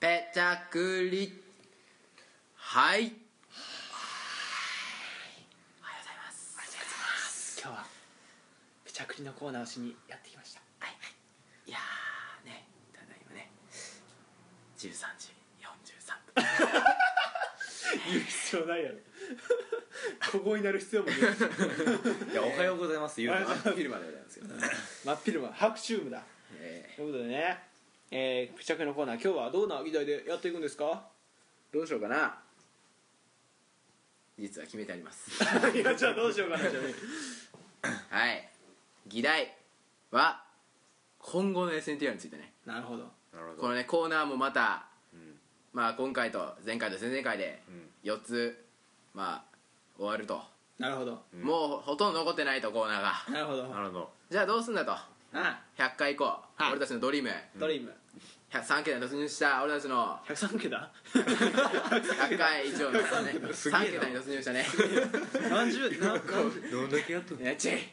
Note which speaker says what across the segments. Speaker 1: ぺたくりはいおはようございます
Speaker 2: ありがとうございます今日はペチャクリのコーナーをしにやってきました
Speaker 1: いやーねただ今ね13時43分
Speaker 2: 言う必要ないやろ ここになる必要もない
Speaker 1: いやおはようござい ます言う
Speaker 2: あ
Speaker 1: の昼までございますけどね、
Speaker 2: 真っ昼間白昼夢だ
Speaker 1: え
Speaker 2: ということでねえー、ペチャクリのコーナー今日はどんな議題でやっていくんですか
Speaker 1: ーどうしようかな実 は決めてあります
Speaker 2: いやじゃあどうしようかなじゃね
Speaker 1: はい議題は今後の SNTR についてね
Speaker 2: なるほど
Speaker 3: なるほど
Speaker 1: このねコーナーもまた、
Speaker 3: ん
Speaker 1: まあ今回と前回と前々回で
Speaker 3: ん
Speaker 1: 4つ、まあ終わると、
Speaker 2: なるほど
Speaker 3: うん
Speaker 1: もうほとんど残ってないとコーナーが
Speaker 2: なるほど
Speaker 3: なるほど
Speaker 1: じゃあどうすんだと
Speaker 2: あ
Speaker 1: 100回以降、
Speaker 2: い
Speaker 1: 俺たちのドリーム
Speaker 2: ドリーム
Speaker 1: 3桁に突入した俺たちの
Speaker 2: 103桁だ
Speaker 1: 100回以上のね
Speaker 3: すげえな
Speaker 1: 3桁に突入したね
Speaker 2: 何十何個
Speaker 3: どんだけやっと
Speaker 1: やっちゃえ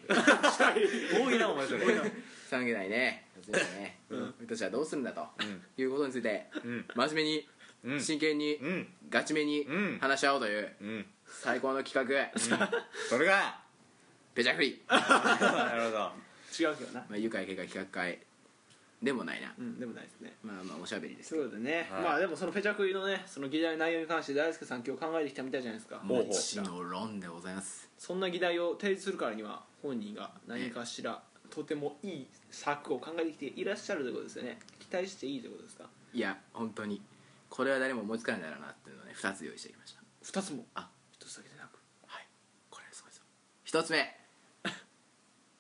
Speaker 3: 多いなお前それ
Speaker 1: 3桁にね突入したね、
Speaker 2: ん
Speaker 1: 俺たちはどうするんだと、
Speaker 3: ん
Speaker 1: いうことについて
Speaker 3: うん
Speaker 1: 真面目に、
Speaker 3: うん
Speaker 1: 真剣に、
Speaker 3: うん
Speaker 1: ガチめに
Speaker 3: うん
Speaker 1: 話し合おうという
Speaker 3: うん
Speaker 1: 最高の企画、
Speaker 3: それが
Speaker 1: ペチャフリ
Speaker 3: なるほど
Speaker 2: 違うけどな
Speaker 1: まあ、愉快経過企画会でもないな
Speaker 2: うんでもないですね
Speaker 1: まあまあおしゃべりです
Speaker 2: そういうことでね、
Speaker 3: はい
Speaker 2: まあでもそのペチャクリのねその議題の内容に関して大輔さん今日考えてきたみたいじゃないですか
Speaker 3: ほうほう
Speaker 1: ちの論でございます
Speaker 2: そんな議題を提示するからには本人が何かしらとてもいい策を考えてきていらっしゃるということですよね期待していいということですか
Speaker 1: いや本当にこれは誰も思いつかないだろうなっていうのをね2つ用意してきました
Speaker 2: 2つも
Speaker 1: あ
Speaker 2: 1つだけでなく
Speaker 1: はいこれすごいぞ1つ目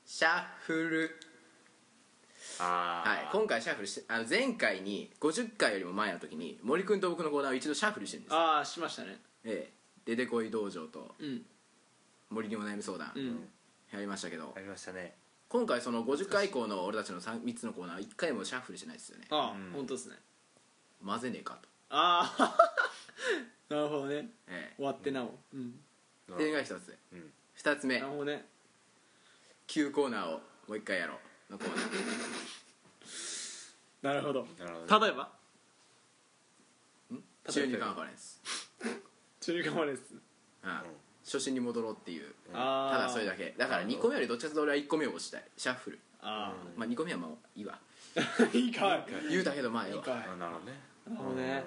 Speaker 1: シャッフル
Speaker 3: あ
Speaker 1: はい今回シャッフルしてあの前回に50回よりも前の時に森君と僕のコーナーを一度シャッフルしてるんです
Speaker 2: ああしましたね
Speaker 1: ええ出てこい道場と
Speaker 2: うん
Speaker 1: 森にお悩み相談
Speaker 2: うん
Speaker 1: やりましたけど、
Speaker 3: ありましたね
Speaker 1: 今回その50回以降の俺たちの 3, つのコーナー1回もシャッフルしてないですよね
Speaker 2: ああ、
Speaker 3: うん
Speaker 2: 本当ですね
Speaker 1: 混ぜねえかと
Speaker 2: ああ なるほどね
Speaker 1: え
Speaker 2: 終わってなおうん
Speaker 1: えっていうのが1つ
Speaker 3: うん
Speaker 1: 2つ
Speaker 2: な
Speaker 1: 目
Speaker 2: るほどね
Speaker 1: 旧コーナーをもう一回やろうのコーナー
Speaker 2: なるほど
Speaker 3: なるほど
Speaker 2: 例えば
Speaker 1: 中二カンファレンス、
Speaker 2: 中華までです
Speaker 1: うん初心に戻ろうっていう
Speaker 2: あ
Speaker 1: た
Speaker 2: あ
Speaker 1: だそれだけだから2個目よりどっちかというと俺は1個目を押したいシャッフル
Speaker 2: あ
Speaker 1: まあ2個目はまあいいわ
Speaker 2: あ いいかい
Speaker 1: 言うたけどまあええ
Speaker 2: いい
Speaker 1: わ
Speaker 2: かい
Speaker 3: あなるほどね
Speaker 2: なるほどね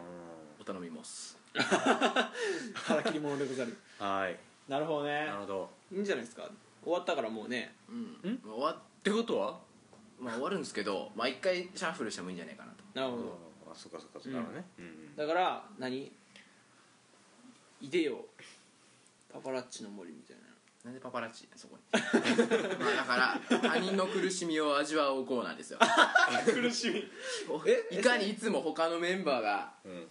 Speaker 1: お頼みます
Speaker 2: 腹切り者でござる
Speaker 3: うんはい
Speaker 2: なるほどね
Speaker 3: なるほど
Speaker 2: いいんじゃないですか終わったからもうね
Speaker 1: うんまあ終わ
Speaker 3: ってことは
Speaker 1: まあ終わるんですけどまあ1回シャッフルしてもいいんじゃないかなと
Speaker 2: なる
Speaker 3: あ
Speaker 2: ほど
Speaker 3: そっかそっかそっかなるほどねうん
Speaker 2: だから何いでよパパラッチの森みたいな
Speaker 1: なんでパパラッチそこにまあだから他人の苦しみを味わおうコーナーですよ
Speaker 2: 苦しみ
Speaker 1: いかにいつも他のメンバーが、
Speaker 3: うん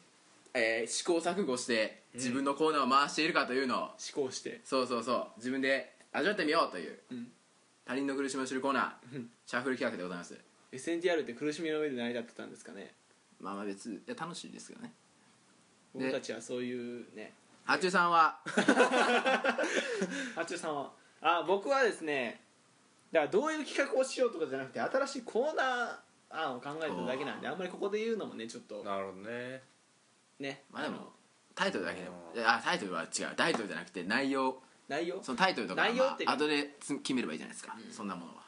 Speaker 1: えー試行錯誤して自分のコーナーを回しているかというのを
Speaker 2: 思考して
Speaker 1: そうそうそう自分で味わってみようという、
Speaker 2: うん
Speaker 1: 他人の苦しみを知るコーナー、
Speaker 2: うん
Speaker 1: シャッフル企画でございます
Speaker 2: SNTR って苦しみの上で成り立ってたんですかね
Speaker 1: まあまあ別いや楽しいですけどね
Speaker 2: 僕たちはそういうね
Speaker 1: 八中さんは
Speaker 2: 八中さんはあ僕はですねだからどういう企画をしようとかじゃなくて新しいコーナー案を考えただけなんであんまりここで言うのもねちょっと
Speaker 3: なるほどね
Speaker 2: ね
Speaker 1: まあでも
Speaker 2: の
Speaker 1: タイトルだけでもいやあタイトルは違うタイトルじゃなくて内容
Speaker 2: 内容
Speaker 1: そのタイトルとかは
Speaker 2: 内容っていう
Speaker 1: ま
Speaker 2: か
Speaker 1: あ、後でつ決めればいいじゃないですか、そんなものは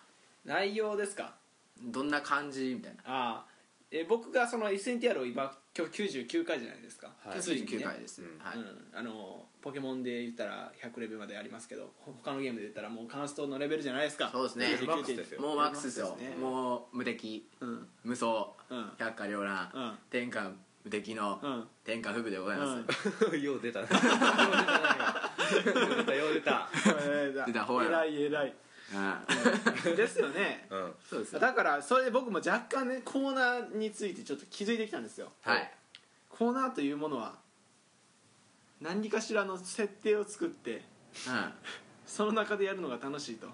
Speaker 2: 内容ですか
Speaker 1: どんな感じみたいな
Speaker 2: ああえ僕がその SNTR を今今日99回じゃないですか、
Speaker 3: はい
Speaker 2: ついにね
Speaker 1: 9回です、
Speaker 3: うん
Speaker 1: はい、
Speaker 2: うん、あのポケモンで言ったら100レベルまでありますけどほ他のゲームで言ったらもうカンストのレベルじゃないですか
Speaker 1: そうですね
Speaker 2: 99
Speaker 3: マックスですよ
Speaker 1: もうマックスですよ
Speaker 2: ですね
Speaker 1: もう無敵
Speaker 2: うん
Speaker 1: 無双
Speaker 2: うん
Speaker 1: 百花繚乱、
Speaker 2: うん
Speaker 1: 天下無敵の、
Speaker 2: うん
Speaker 1: 天下不武でございます、
Speaker 2: うん
Speaker 3: よう出たねよう出たねよう出たよう出た
Speaker 1: 出たほうやろ
Speaker 2: 偉い 偉い
Speaker 1: あ
Speaker 2: ですよね
Speaker 3: うん
Speaker 1: そうですよ
Speaker 2: だからそれで僕も若干ねコーナーについてちょっと気づいてきたんですよ
Speaker 1: はい
Speaker 2: コーナーというものは何かしらの設定を作ってその中でやるのが楽しいと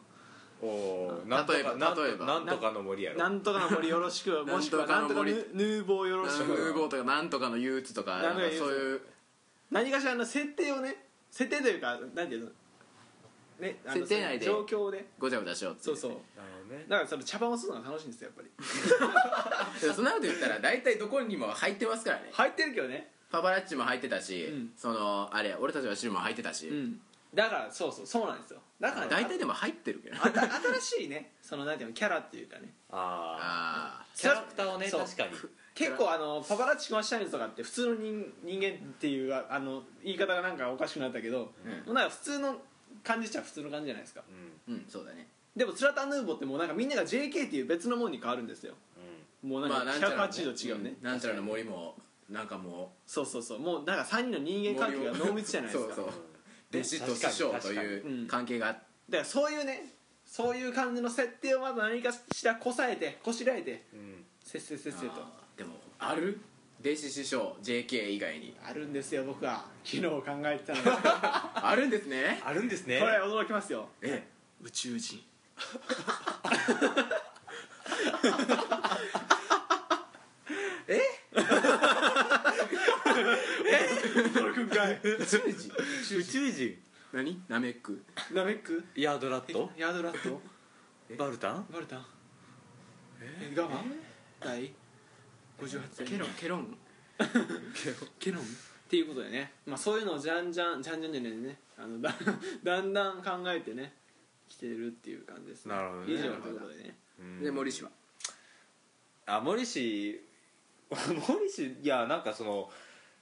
Speaker 3: おー
Speaker 1: 例えば
Speaker 3: なんとかなんと
Speaker 1: 例えば
Speaker 3: なんとかの森やろ
Speaker 2: なんとかの森よろしくもしくはなんとかヌ
Speaker 1: なんと
Speaker 2: ヌーボーよ
Speaker 1: うん
Speaker 2: ろしく
Speaker 1: 風貌とかなんとかの憂鬱とか
Speaker 2: なんとかの憂鬱
Speaker 1: そういう
Speaker 2: 何かしらの設定をね設定というかなんていうのねあの
Speaker 1: 設定内で
Speaker 2: その状況をね
Speaker 1: ごちゃごちゃしようってい
Speaker 2: そうそう
Speaker 3: なるほどね
Speaker 2: だからその茶番をするのが楽しいんですよやっぱり
Speaker 1: そんなこと言ったら大体どこにも入ってますからね
Speaker 2: 入ってるけどね
Speaker 1: パパラッチも入ってたし、
Speaker 2: うん
Speaker 1: そのあれ俺たちは知るも入ってたし、
Speaker 2: うんだからそうそうそうなんですよだからね
Speaker 1: 大体でも入ってるけど
Speaker 2: あた新しいねそのなんていうのキャラっていうかね
Speaker 3: ああ
Speaker 1: あ
Speaker 3: キャラクターをね
Speaker 2: そう
Speaker 3: 確かに
Speaker 2: 結構あのパパラッチコマーシャルとかって普通の人人間っていうああの言い方がなんかおかしくなったけど、
Speaker 1: う
Speaker 2: なんか普通の感じっちゃ普通の感じじゃないですか
Speaker 3: うん
Speaker 1: あうんそうだね
Speaker 2: でもスラタンヌーボーってもうなんかみんなが JK っていう別のもんに変わるんですよもうなんか180度違うね、
Speaker 1: うんなんちゃらの森もなんかも
Speaker 2: そうそうそうもうなんか3人の人
Speaker 1: う
Speaker 2: 間関係が濃密じゃないですか
Speaker 1: そうそう
Speaker 3: うん
Speaker 1: 弟子と師匠という関係があって
Speaker 2: だからそういうねそういう感じの設定をまず何かしらこさえてこしらえて
Speaker 3: うん
Speaker 2: せっせっせっせと
Speaker 1: あーでもある弟子師匠 JK 以外に
Speaker 2: あるんですよ僕は昨日考えてた のこ
Speaker 1: あるんですね
Speaker 3: あるんですね
Speaker 2: れ驚きますよ
Speaker 1: え
Speaker 2: 宇宙人ええ驚くんかい
Speaker 1: 宇宙人
Speaker 3: 宇宙人
Speaker 1: 何ナメック
Speaker 2: ナメック
Speaker 3: ヤードラッ
Speaker 2: え
Speaker 3: ト
Speaker 2: ヤードラット
Speaker 3: バルタン
Speaker 2: バレたえガマ第58歳
Speaker 1: ケロンケロン
Speaker 2: ケロンっていうことでね、まあ、そういうのをじゃんじゃんじゃんじゃんじゃんじゃんねあのだ だんだん考えてね来てるっていう感じですね
Speaker 3: なるほどね
Speaker 2: 以上ということでね
Speaker 3: うん
Speaker 1: で森氏は
Speaker 3: あ森氏 森氏いやなんかその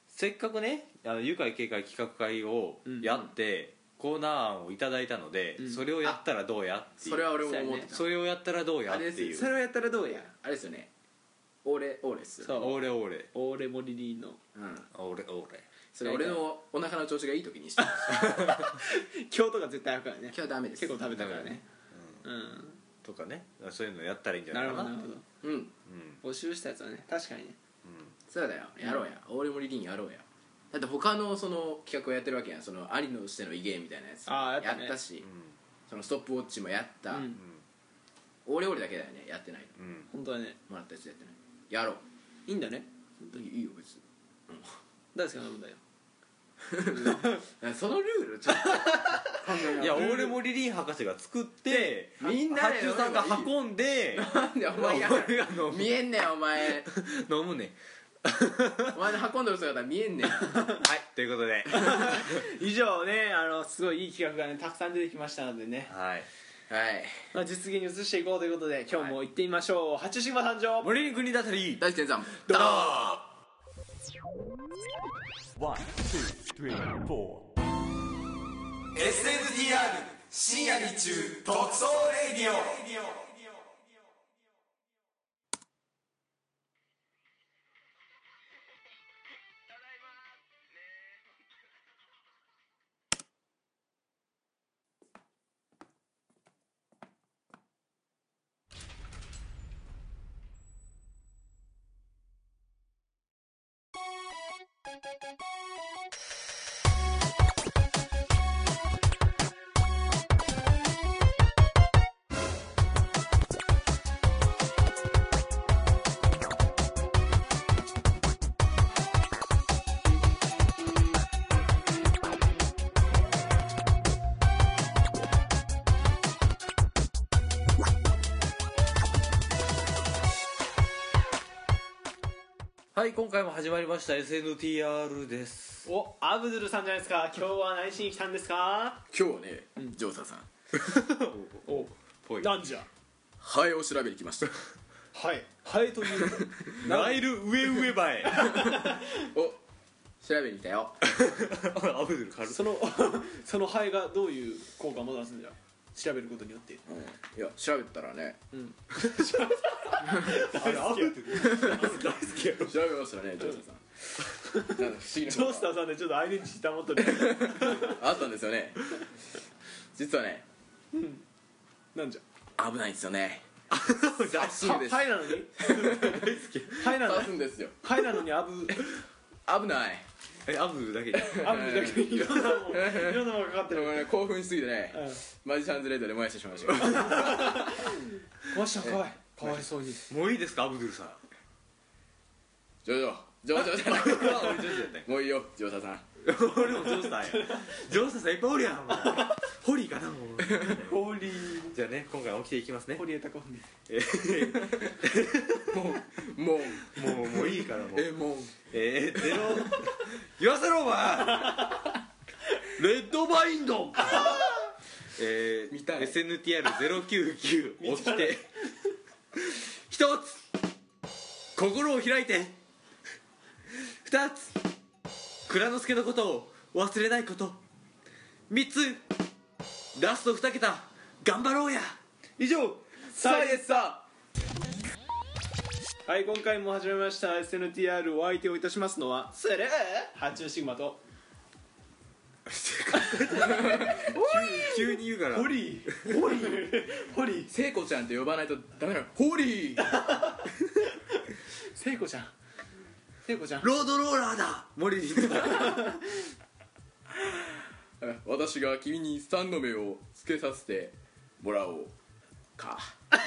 Speaker 3: せっかくねあの愉快警戒企画会をやって、コーナー案をいただいたので、
Speaker 2: うん
Speaker 3: それをやったらどうやっていう
Speaker 1: それは俺も思ってた
Speaker 3: それをやったらどうやって
Speaker 1: あれ
Speaker 3: い
Speaker 1: で
Speaker 3: う
Speaker 1: す
Speaker 2: それをやったらどうや
Speaker 1: あれですよねオーレオーレっすよね
Speaker 2: そう
Speaker 3: オーレオーレ
Speaker 2: オーレモリリーの
Speaker 1: うん
Speaker 3: オーレオーレ
Speaker 1: それ俺のお腹の調子がいい時にしてる
Speaker 2: 今日とか絶対あるからね
Speaker 1: 今日ダメです
Speaker 2: 結構食べたからねうん
Speaker 3: とかねそういうのやったらいいんじゃ
Speaker 2: な
Speaker 3: ない
Speaker 2: る
Speaker 3: か
Speaker 2: ほど
Speaker 3: な
Speaker 2: なるほ
Speaker 1: うん
Speaker 3: うん
Speaker 2: ど募集したやつはね確かにね
Speaker 1: そうだよやろうや、オーレモリリンやろうやだって他のその企画をやってるわけやんそのありのしての威芸みたいなやつ
Speaker 2: あーやったね
Speaker 1: し、
Speaker 3: うん
Speaker 1: そのストップウォッチもやった、
Speaker 2: う
Speaker 1: 俺オーレ
Speaker 2: ん
Speaker 1: オーレだけだよねやってないの
Speaker 3: うんうん
Speaker 2: 本当はね
Speaker 1: もらったやつやってないやろう
Speaker 2: いいんだね
Speaker 1: 本当にいいよ別に
Speaker 2: 大好きな問題よ
Speaker 1: うんそのルールちょっと考えない
Speaker 3: やオーレモリリン博士が作って
Speaker 1: みんな
Speaker 3: 発
Speaker 1: で飲
Speaker 3: 注
Speaker 1: めば
Speaker 3: さ
Speaker 1: いい
Speaker 3: んが運 んで
Speaker 1: なんでお前 や
Speaker 3: 俺が飲む
Speaker 1: 見えんねんお前
Speaker 3: 飲むね
Speaker 1: お前の運んでる姿見えんねん
Speaker 3: はいということで
Speaker 2: 以上ねあのすごいいい企画がねたくさん出てきましたのでね、
Speaker 3: はい
Speaker 1: はい
Speaker 2: まあ、実現に移していこうということで今日も行ってみましょう、八島誕生
Speaker 3: 森に国だったり
Speaker 1: 大地健さん
Speaker 3: どう
Speaker 4: One, two, three, four.
Speaker 5: SNDR 深夜日中特捜レディオ
Speaker 3: はい今回も始まりました SNTR です
Speaker 2: おアブドゥルさんじゃないですか今日は何しに来たんですか
Speaker 1: 今日はね、ジョーサーさん
Speaker 2: お
Speaker 3: ぽい
Speaker 2: なんじゃ
Speaker 1: ハエを調べに来ました
Speaker 2: はいはいという
Speaker 3: ナイル上上ばえ
Speaker 1: お調べに来たよ
Speaker 3: アブドゥル軽
Speaker 2: その その肺がどういう効果をもたらすんじゃ調べることによって
Speaker 1: いや調べてたら ね
Speaker 3: あれアブドゥル大好きやろ
Speaker 1: 調べましたねジョーサーさんなんか不思議な
Speaker 2: ジョー
Speaker 1: こ
Speaker 2: ス
Speaker 1: と
Speaker 2: タ
Speaker 1: が
Speaker 2: ーさんでちょっとアイデンティティ保っとる
Speaker 1: あったんですよね実はね
Speaker 2: なんじゃ
Speaker 1: 危ないんですよ ね刺すんです
Speaker 2: 肺なのに肺なの
Speaker 1: 刺
Speaker 2: に
Speaker 1: すんですよ
Speaker 2: 肺なのにア ブ
Speaker 1: 危ない
Speaker 3: えアブドゥルだけに
Speaker 2: アブだけにいろんなもんいろんなもんがかかって
Speaker 1: で
Speaker 2: る
Speaker 1: もね興奮しすぎてね、
Speaker 2: うん
Speaker 1: マジシャンズレードで燃やしてしまいました
Speaker 2: 壊しちゃう怖いかわいそうに
Speaker 3: もういいですかアブドゥルさん
Speaker 1: ジョジョ上手だな
Speaker 3: 俺は俺上手やっ たんや
Speaker 1: もういいよ上手さん
Speaker 3: 俺も上手なんや上手さんいっぱいおるやんもうホリーかなもうホリーじゃあね今回も起きていきますね
Speaker 2: 堀江貴文
Speaker 3: えー
Speaker 1: もう
Speaker 3: もうもういいからもう
Speaker 1: えもう
Speaker 3: えー、ゼロ言わせろお前レッドバインド えー、
Speaker 1: 見たい
Speaker 3: SNTR099 起きて一つ心を開いて二つ蔵之介のことを忘れないこと三つラスト二桁頑張ろうや以上サイエンスだ
Speaker 2: はい今回も始めました SNTR お相手をいたしますのはスルーハチュウシグマと
Speaker 3: 急に言うから
Speaker 2: ホリーホリーホリー
Speaker 1: 聖子ちゃんって呼ばないとダメなのホリー
Speaker 2: 聖子ちゃん聖子ちゃん
Speaker 3: ロードローラーだ森に
Speaker 1: 私が君に三の目をつけさせてもらおうか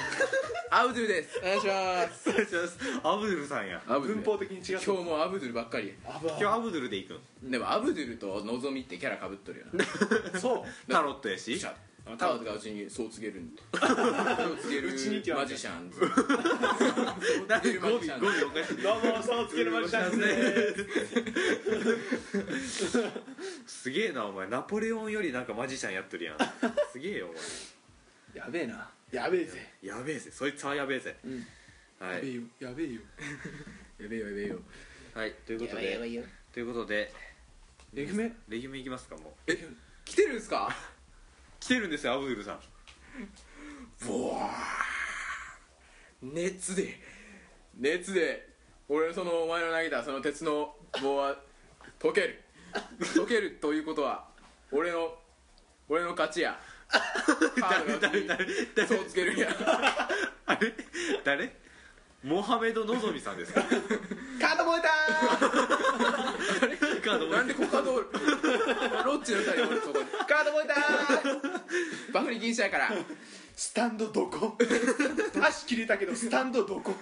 Speaker 1: アブドゥルですお願いします
Speaker 3: お願いしますアブドゥルさんや
Speaker 1: アブドゥ
Speaker 2: 文
Speaker 1: ル
Speaker 2: 法的に違った
Speaker 1: 今日もアブドゥルばっかり
Speaker 3: 今日アブドゥルで行くん
Speaker 1: でもアブドゥルとのぞみってキャラかぶっとるよな
Speaker 2: そう
Speaker 3: タロットやし
Speaker 1: タワーとかうちに そう告げるんでそう告げる
Speaker 2: うちにって言わ
Speaker 1: マ
Speaker 2: れて
Speaker 1: ジシャ ンズ
Speaker 3: なんで語尾語尾おかしい
Speaker 2: どうも差をつけるました
Speaker 3: すげえなお前ナポレオンよりなんかマジシャンやってるやんすげえよお
Speaker 2: やべえなやべえぜ
Speaker 3: 前やべえぜそいつはやべえぜ、
Speaker 2: ん
Speaker 3: は
Speaker 2: やべえ
Speaker 3: い、
Speaker 2: よやべえよ
Speaker 1: やべえよやべえよ
Speaker 3: はい、ということで
Speaker 1: いよ
Speaker 3: ということで
Speaker 2: レグメ
Speaker 3: レギュメいきますかもう
Speaker 1: え来てるんすか
Speaker 3: 来てるんですよアブドゥルさん
Speaker 1: 熱で熱で俺のそのお前の投げたその鉄の棒は溶ける溶けるということは俺の俺の勝ちやカードが
Speaker 3: 誰誰誰
Speaker 1: そうつけ るんや
Speaker 3: あれ誰モハメドのぞみさんですか
Speaker 2: カード燃えた
Speaker 3: カード
Speaker 1: なんでコカドロッチの二人おるそこに
Speaker 2: ーカード燃えたー
Speaker 1: バフリ禁止やから
Speaker 2: スタンドどこ足切れたけどスタンドどこ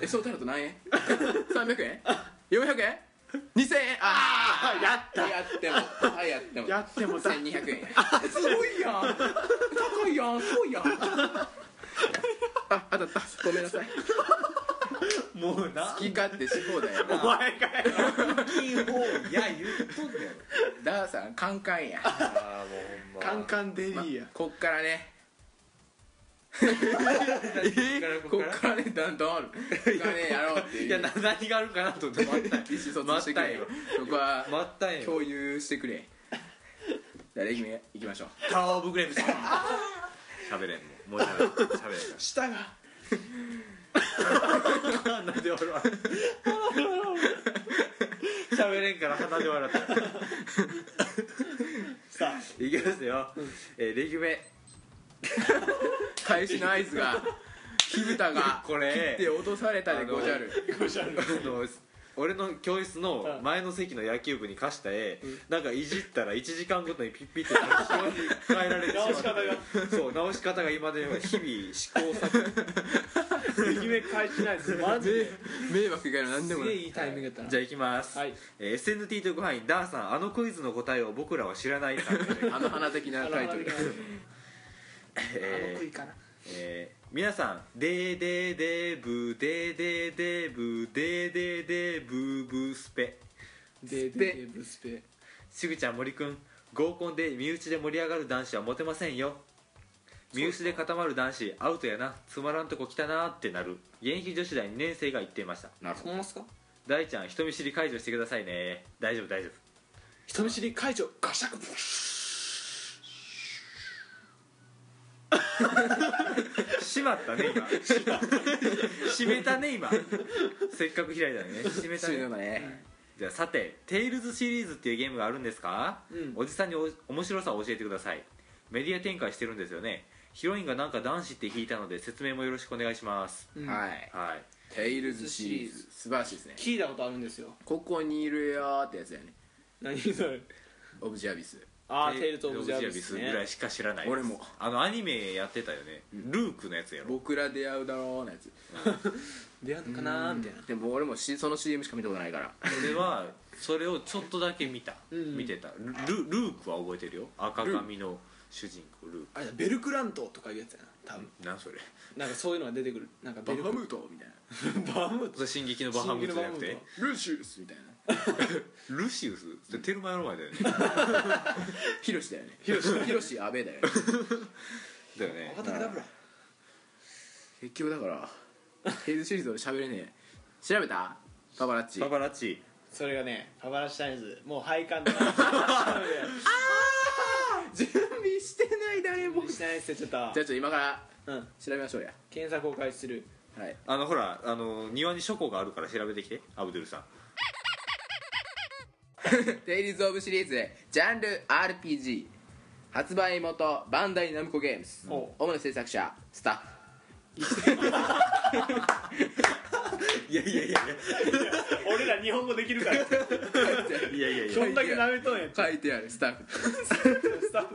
Speaker 1: えそうタルト何円 ?300 円 ?400 円 ?2000 円あ
Speaker 2: あやっ
Speaker 1: あやってもはいやっても
Speaker 2: やってもだ
Speaker 1: 1200円すごいやん高いやんすごいやんあ当たったごめんなさい
Speaker 3: もうな
Speaker 1: 好き勝手し放題やな
Speaker 3: お前かよいや言っとんだよ
Speaker 1: ダーさんカンカンや
Speaker 3: ああもうほんま
Speaker 2: カンカンデリーや
Speaker 1: こっからね
Speaker 3: こ
Speaker 1: こ
Speaker 3: っ
Speaker 1: っからねだんだんあるがねやろうっていう
Speaker 3: いやな何があるかなと思って待ったんや
Speaker 1: 意思疎通してくれよそこは
Speaker 3: 待ったんよ
Speaker 1: 共有してくれじゃあレギュメいきましょう
Speaker 3: タワーオブグレープ 喋れんもうもう喋れん喋れん
Speaker 2: 下が
Speaker 3: 鼻で笑う喋れんから鼻で笑った
Speaker 2: さあ
Speaker 3: いきますよ、えー、レギュメ
Speaker 1: 開始の合図が火蓋が
Speaker 3: これ
Speaker 1: で落とされたでごじゃる
Speaker 2: こしゃる
Speaker 3: あの 俺の教室の前の席の野球部に貸した絵、なんかいじったら1時間ごとにピッピッて表に変えられてしまっ
Speaker 2: 直し方が
Speaker 3: てそう直し方が今で日々試行 錯
Speaker 2: 右目返しないですマジで
Speaker 1: 迷惑以外の何ですもな
Speaker 2: げえ
Speaker 1: い
Speaker 2: いいタイミングだった
Speaker 3: 誤
Speaker 2: な
Speaker 3: じゃあいきます、
Speaker 2: はい
Speaker 3: えー SNT 特派員ダーさんあのクイズの答えを僕らは知らないさんですね
Speaker 1: あの花的なタイトル
Speaker 2: あ
Speaker 3: え
Speaker 2: の
Speaker 3: ー
Speaker 2: 杭かな
Speaker 3: えー皆さん「でーでーでーぶーでーでーでーぶーでーでーでーぶーぶースペ
Speaker 2: でででブスペ」
Speaker 3: しぐちゃん森くん合コンで身内で盛り上がる男子はモテませんよ身内で固まる男子アウトやなつまらんとこ来たなーってなる現役女子大2年生が言っていました
Speaker 1: なる
Speaker 2: そうなんすか
Speaker 3: 大ちゃん人見知り解除してくださいね大丈夫大丈夫
Speaker 2: 人見知り解除ガシャク
Speaker 3: 閉まったね今閉めたね今せっかく開いたのにね閉めたね
Speaker 1: ね
Speaker 3: じゃあさて「テイルズシリーズっていうゲームがあるんですか、
Speaker 2: うん
Speaker 3: おじさんにお面白さを教えてくださいメディア展開してるんですよねヒロインがなんか男子って聞いたので説明もよろしくお願いします、
Speaker 1: はい
Speaker 3: はい
Speaker 1: 「テイルズ」シリーズ素晴らしいですね
Speaker 2: 聞いたことあるんですよ
Speaker 1: ここにいるよーってやつだよね
Speaker 2: 何それ
Speaker 1: オブジェアビス
Speaker 2: あーテイルとオブジェアビ
Speaker 3: テイ
Speaker 2: ス
Speaker 3: ルズオブジェアビスぐらい
Speaker 2: ね
Speaker 3: しか知らないです
Speaker 1: 俺も
Speaker 3: あのアニメやってたよね、ルークのやつやろ
Speaker 1: 僕ら出会うだろうのやつ
Speaker 2: 出会うのかなーみたいな
Speaker 1: でも俺もしその CM しか見たことないから
Speaker 3: 俺はそれをちょっとだけ見た
Speaker 2: うん
Speaker 3: 見てたルルルークは覚えてるよ赤髪の主人公ルー
Speaker 2: あれだベルクラントとかいうやつやな多分
Speaker 3: クなんそれ
Speaker 2: なんかそういうのが出てくるなんかベルク
Speaker 1: ムートみたいな
Speaker 2: バム
Speaker 3: それ進撃のバハムートじゃなくて
Speaker 1: ルーシウスみたいな
Speaker 3: ルシウスそれテルマエロマ エだよね
Speaker 1: ヒロシだよねヒロシヒロシ阿部だよね
Speaker 3: だよね
Speaker 2: アバターダブラ
Speaker 1: 結局だからヘイズシリーズ俺喋れねえ調べたパパラッチ
Speaker 3: パパラッチ
Speaker 2: それがねパパラッシュタイムズもう配管だ
Speaker 1: 準備してない誰もじ
Speaker 2: しないっすよちょっ
Speaker 1: ゃあちょっと今から
Speaker 2: と、うん、
Speaker 1: 調べましょうや
Speaker 2: 検索を開始する
Speaker 1: はい
Speaker 3: あのほらあの庭に書庫があるから調べてきてアブドゥルさん
Speaker 1: テイリーズ・オブ・シリーズジャンル RPG 発売元バンダイナムコゲームズ
Speaker 2: お
Speaker 1: 主な制作者スタッフ
Speaker 3: いやいやいや
Speaker 2: 俺ら日本語できるから
Speaker 3: いやいやいや
Speaker 2: そんだけ舐めとんやん
Speaker 1: 書いてあるスタッフ
Speaker 2: スタッフ